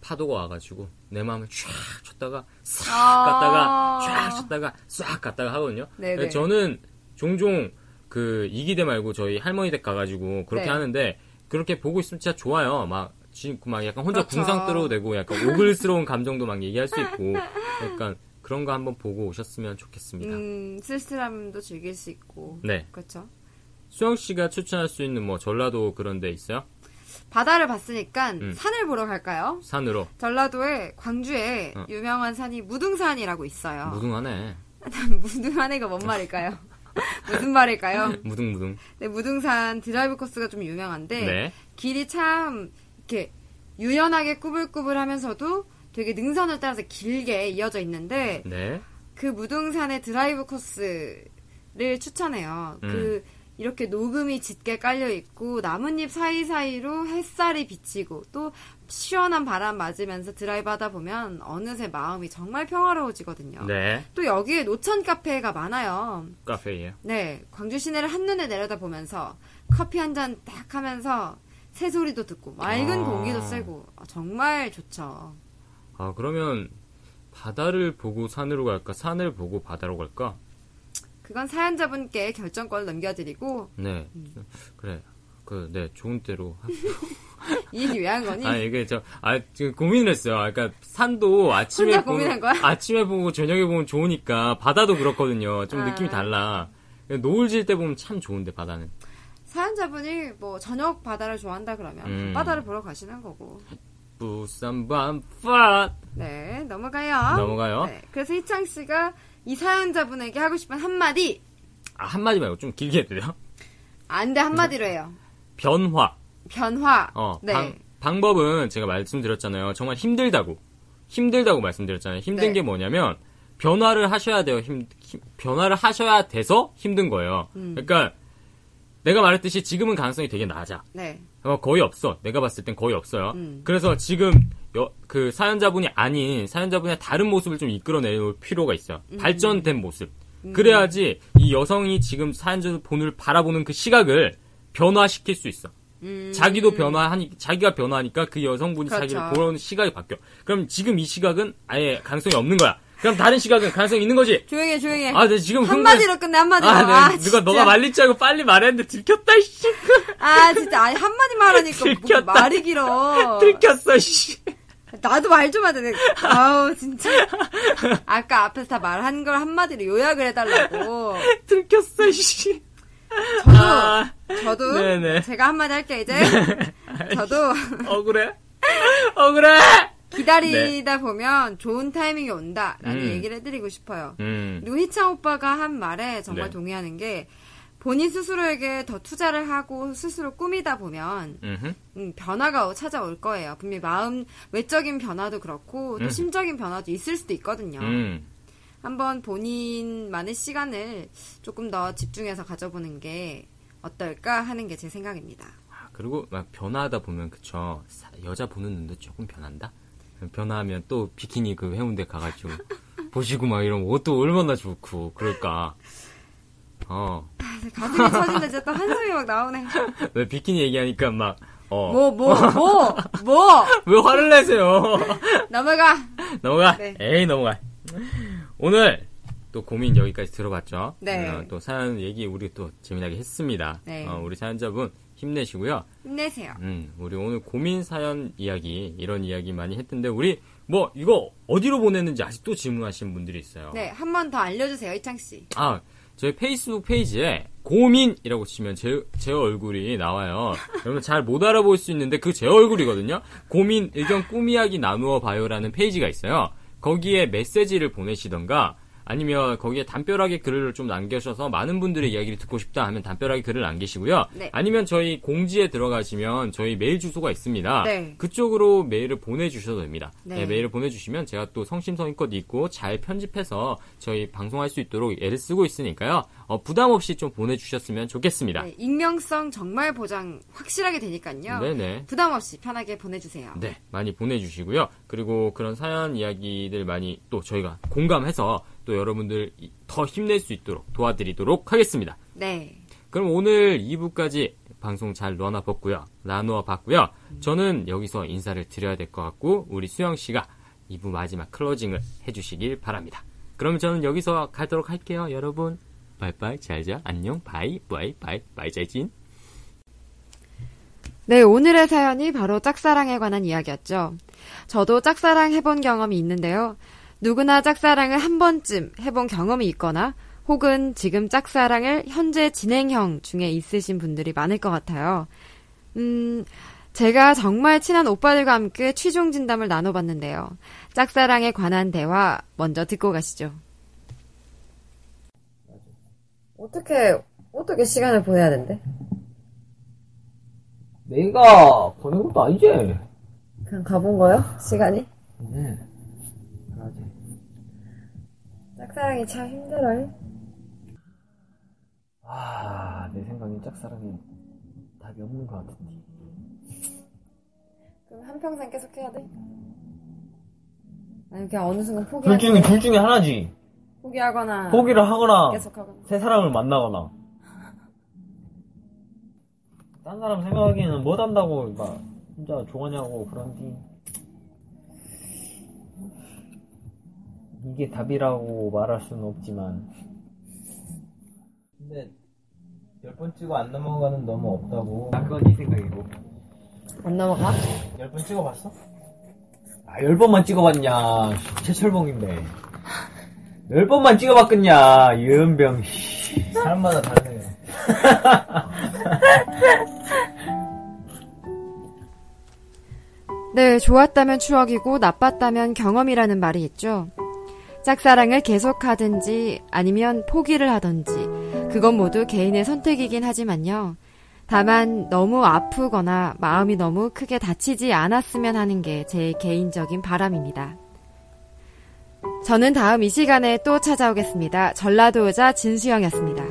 Speaker 1: 파도가 와가지고 내 마음을 쫙 쳤다가 싹
Speaker 2: 아.
Speaker 1: 갔다가 쫙 쳤다가 싹 갔다가 하거든요.
Speaker 2: 네네.
Speaker 1: 근데 저는 종종 그 이기대 말고 저희 할머니 댁 가가지고 그렇게
Speaker 2: 네. 하는데
Speaker 1: 하는데 그렇게 보고 있으면 진짜 좋아요. 막 지금 막 약간 혼자
Speaker 2: 그렇죠.
Speaker 1: 궁상 떨어도 되고 약간 오글스러운 감정도 막 얘기할 수 있고 약간 그런 거 한번 보고 오셨으면 좋겠습니다.
Speaker 2: 음, 쓸쓸함도 즐길 수 있고.
Speaker 1: 네,
Speaker 2: 그렇죠.
Speaker 1: 수영 씨가 추천할 수 있는 뭐 전라도 그런 데 있어요?
Speaker 2: 바다를 봤으니까
Speaker 1: 음.
Speaker 2: 산을 보러 갈까요?
Speaker 1: 산으로
Speaker 2: 전라도에 광주에
Speaker 1: 어.
Speaker 2: 유명한 산이 무등산이라고 있어요.
Speaker 1: 무등하네.
Speaker 2: 무등산이가 뭔 말일까요? 무슨 말일까요?
Speaker 1: 무등무등.
Speaker 2: 네, 무등산 드라이브 코스가 좀 유명한데
Speaker 1: 네.
Speaker 2: 길이 참 이렇게 유연하게 꾸불꾸불하면서도 되게 능선을 따라서 길게 이어져 있는데
Speaker 1: 네.
Speaker 2: 그 무등산의 드라이브 코스를 추천해요.
Speaker 1: 음.
Speaker 2: 그 이렇게 녹음이 짙게 깔려 있고 나뭇잎 사이사이로 햇살이 비치고 또 시원한 바람 맞으면서 드라이브 하다 보면 어느새 마음이 정말 평화로워지거든요.
Speaker 1: 네.
Speaker 2: 또 여기에 노천 카페가 많아요.
Speaker 1: 카페예요.
Speaker 2: 네, 광주 시내를 한눈에 내려다보면서 커피 한 잔 딱 하면서 새소리도 듣고 맑은
Speaker 1: 아.
Speaker 2: 공기도 쐬고 아, 정말 좋죠.
Speaker 1: 아, 그러면 바다를 보고 산으로 갈까? 산을 보고 바다로 갈까?
Speaker 2: 그건 사연자분께 결정권을 넘겨드리고
Speaker 1: 네. 그래. 그, 네, 좋은 때로.
Speaker 2: 이 일이 왜 한 거니?
Speaker 1: 아, 이게 저, 아, 지금 고민을 했어요. 아, 그러니까 산도 아침에
Speaker 2: 혼자
Speaker 1: 보면,
Speaker 2: 고민한 거야?
Speaker 1: 아침에 보고 저녁에 보면 좋으니까 바다도 그렇거든요. 좀
Speaker 2: 아.
Speaker 1: 느낌이 달라. 노을 질 때 보면 참 좋은데 바다는.
Speaker 2: 사연자분이 뭐 저녁 바다를 좋아한다 그러면
Speaker 1: 음.
Speaker 2: 바다를 보러 가시는 거고.
Speaker 1: 부산 밤파
Speaker 2: 네, 넘어가요.
Speaker 1: 넘어가요.
Speaker 2: 네, 그래서 희창 씨가 이 사연자분에게 하고 싶은 한마디
Speaker 1: 아, 한마디 말고 좀 길게 해도 돼요?
Speaker 2: 안돼 한마디로 해요.
Speaker 1: 변화.
Speaker 2: 변화.
Speaker 1: 어,
Speaker 2: 네.
Speaker 1: 방, 방법은 제가 말씀드렸잖아요. 정말 힘들다고. 힘들다고 말씀드렸잖아요. 힘든
Speaker 2: 네.
Speaker 1: 게 뭐냐면, 변화를 하셔야 돼요. 힘, 힘- 변화를 하셔야 돼서 힘든 거예요.
Speaker 2: 음.
Speaker 1: 그러니까, 내가 말했듯이 지금은 가능성이 되게 낮아.
Speaker 2: 네.
Speaker 1: 어, 거의 없어. 내가 봤을 땐 거의 없어요.
Speaker 2: 음.
Speaker 1: 그래서 지금, 여- 그 사연자분이 아닌 사연자분의 다른 모습을 좀 이끌어내올 필요가 있어요.
Speaker 2: 음.
Speaker 1: 발전된 모습. 그래야지 이 여성이 지금 사연자분을 바라보는 그 시각을 변화시킬 수 있어.
Speaker 2: 음.
Speaker 1: 자기도 변화하니 자기가 변화하니까 그 여성분이
Speaker 2: 그렇죠.
Speaker 1: 자기를 보는 시각이 바뀌어. 그럼 지금 이 시각은 아예 가능성이 없는 거야. 그럼 다른 시각은 가능성이 있는 거지.
Speaker 2: 조용해 조용해.
Speaker 1: 아, 네, 지금
Speaker 2: 한마디로 끝내 한마디로.
Speaker 1: 아, 네,
Speaker 2: 아,
Speaker 1: 누가
Speaker 2: 진짜.
Speaker 1: 너가 말릴 줄 알고 빨리 말했는데 들켰다 씨.
Speaker 2: 아 진짜 아니 한마디만 하니까 뭐,
Speaker 1: 들켰다.
Speaker 2: 말이 길어.
Speaker 1: 들켰어 씨.
Speaker 2: 나도 말 좀 하자. 내가. 아우 진짜. 아까 앞에서 다 말한 걸 한마디로 요약을 해달라고.
Speaker 1: 들켰어 씨.
Speaker 2: 저도
Speaker 1: 아,
Speaker 2: 저도
Speaker 1: 네네. 네.
Speaker 2: 제가 한마디 할게요 이제 저도
Speaker 1: 억울해? 억울해!
Speaker 2: 기다리다 보면 좋은 타이밍이 온다라는
Speaker 1: 네. 음.
Speaker 2: 얘기를 해드리고 싶어요.
Speaker 1: 음,
Speaker 2: 그리고 희창 오빠가 한 말에 정말
Speaker 1: 네.
Speaker 2: 동의하는 게 본인 스스로에게 더 투자를 하고 스스로 꾸미다 보면
Speaker 1: 음흠.
Speaker 2: 음, 변화가 찾아올 거예요. 분명히 마음 외적인 변화도 그렇고 또
Speaker 1: 음.
Speaker 2: 심적인 변화도 있을 수도 있거든요.
Speaker 1: 음,
Speaker 2: 한번 본인만의 시간을 조금 더 집중해서 가져보는 게 어떨까 하는 게 제 생각입니다.
Speaker 1: 아, 그리고 막 변화하다 보면 그쵸 사- 여자 보는 눈도 조금 변한다. 변화하면 또 비키니 그 해운대 가가지고 보시고 막 이런 옷도 얼마나 좋고 그럴까. 어,
Speaker 2: 가슴이 터진다 진짜 또 한숨이 막 나오네.
Speaker 1: 왜 비키니 얘기하니까 막 어.
Speaker 2: 뭐 뭐 뭐 뭐, 뭐.
Speaker 1: 왜 화를 내세요?
Speaker 2: 넘어가.
Speaker 1: 넘어가.
Speaker 2: 네.
Speaker 1: 에이 넘어가. 오늘 또 고민 여기까지 들어봤죠.
Speaker 2: 네.
Speaker 1: 어, 또 사연 얘기 우리 또 재미나게 했습니다.
Speaker 2: 네.
Speaker 1: 어, 우리 사연자분 힘내시고요.
Speaker 2: 힘내세요.
Speaker 1: 음, 우리 오늘 고민 사연 이야기 이런 이야기 많이 했던데 우리 뭐 이거 어디로 보냈는지 아직도 질문하신 분들이 있어요.
Speaker 2: 네, 한 번 더 알려주세요, 이창 씨.
Speaker 1: 아, 저희 페이스북 페이지에 고민이라고 치면 제, 제 얼굴이 나와요. 여러분 잘 못 알아볼 수 있는데 그 제 얼굴이거든요. 고민, 의견, 꾸미야기 나누어 봐요라는 페이지가 있어요. 거기에 메시지를 보내시던가 아니면 거기에 담벼락에 글을 좀 남겨주셔서 많은 분들의 이야기를 듣고 싶다 하면 담벼락에 글을 남기시고요.
Speaker 2: 네.
Speaker 1: 아니면 저희 공지에 들어가시면 저희 메일 주소가 있습니다.
Speaker 2: 네.
Speaker 1: 그쪽으로 메일을 보내주셔도 됩니다.
Speaker 2: 네.
Speaker 1: 네, 메일을 보내주시면 제가 또 성심성의껏 읽고 잘 편집해서 저희 방송할 수 있도록 애를 쓰고 있으니까요. 어, 부담 없이 좀 보내주셨으면 좋겠습니다.
Speaker 2: 네, 익명성 정말 보장 확실하게 되니까요.
Speaker 1: 네네.
Speaker 2: 부담 없이 편하게 보내주세요.
Speaker 1: 네, 많이 보내주시고요. 그리고 그런 사연 이야기들 많이 또 저희가 공감해서 또 여러분들 이- 더 힘낼 수 있도록 도와드리도록 하겠습니다.
Speaker 2: 네.
Speaker 1: 그럼 오늘 2부까지 방송 잘 나눠 봤고요. 나누어 봤고요. 저는 여기서 인사를 드려야 될 것 같고 우리 수영 씨가 2부 마지막 클로징을 해주시길 바랍니다. 그럼 저는 여기서 가도록 할게요, 여러분. 바이바이, 잘자, 안녕, 바이, 바이, 바이, 바이, 잘진.
Speaker 2: 네, 오늘의 사연이 바로 짝사랑에 관한 이야기였죠. 저도 짝사랑 해본 경험이 있는데요. 누구나 짝사랑을 한 번쯤 해본 경험이 있거나 혹은 지금 짝사랑을 현재 진행형 중에 있으신 분들이 많을 것 같아요. 음, 제가 정말 친한 오빠들과 함께 취중 진담을 나눠봤는데요. 짝사랑에 관한 대화 먼저 듣고 가시죠. 어떻게, 어떻게 시간을 보내야 된대?
Speaker 5: 내가 보낸 것도 아니지.
Speaker 2: 그냥 가본 거요? 시간이?
Speaker 5: 네. 그러지.
Speaker 2: 짝사랑이 참 힘들어요.
Speaker 5: 아, 내 생각엔 짝사랑이 답이 없는 것 같은데.
Speaker 2: 그럼 한평생 계속 해야 돼? 아니 그냥 어느 순간 포기
Speaker 5: 둘 중에, 둘 중에 하나지.
Speaker 2: 포기하거나
Speaker 5: 포기를 하거나,
Speaker 2: 계속하거나
Speaker 5: 새 사람을 만나거나. 딴 사람 생각하기에는 못 한다고, 막, 혼자 좋아하냐고, 그런디. 이게 답이라고 말할 수는 없지만. 근데, 열 번 찍어 안 넘어가는 너무 없다고. 아, 그건 네 생각이고.
Speaker 2: 안 넘어가?
Speaker 5: 열 번 찍어봤어? 아, 열 번만 찍어봤냐. 최철봉인데. 열 번만 찍어봤겠냐. 유은병. 사람마다 다르네요.
Speaker 2: 네 좋았다면 추억이고 나빴다면 경험이라는 말이 있죠 짝사랑을 계속하든지 아니면 포기를 하든지 그건 모두 개인의 선택이긴 하지만요 다만 너무 아프거나 마음이 너무 크게 다치지 않았으면 하는 게 제 개인적인 바람입니다 저는 다음 이 시간에 또 찾아오겠습니다 전라도 의자 진수영이었습니다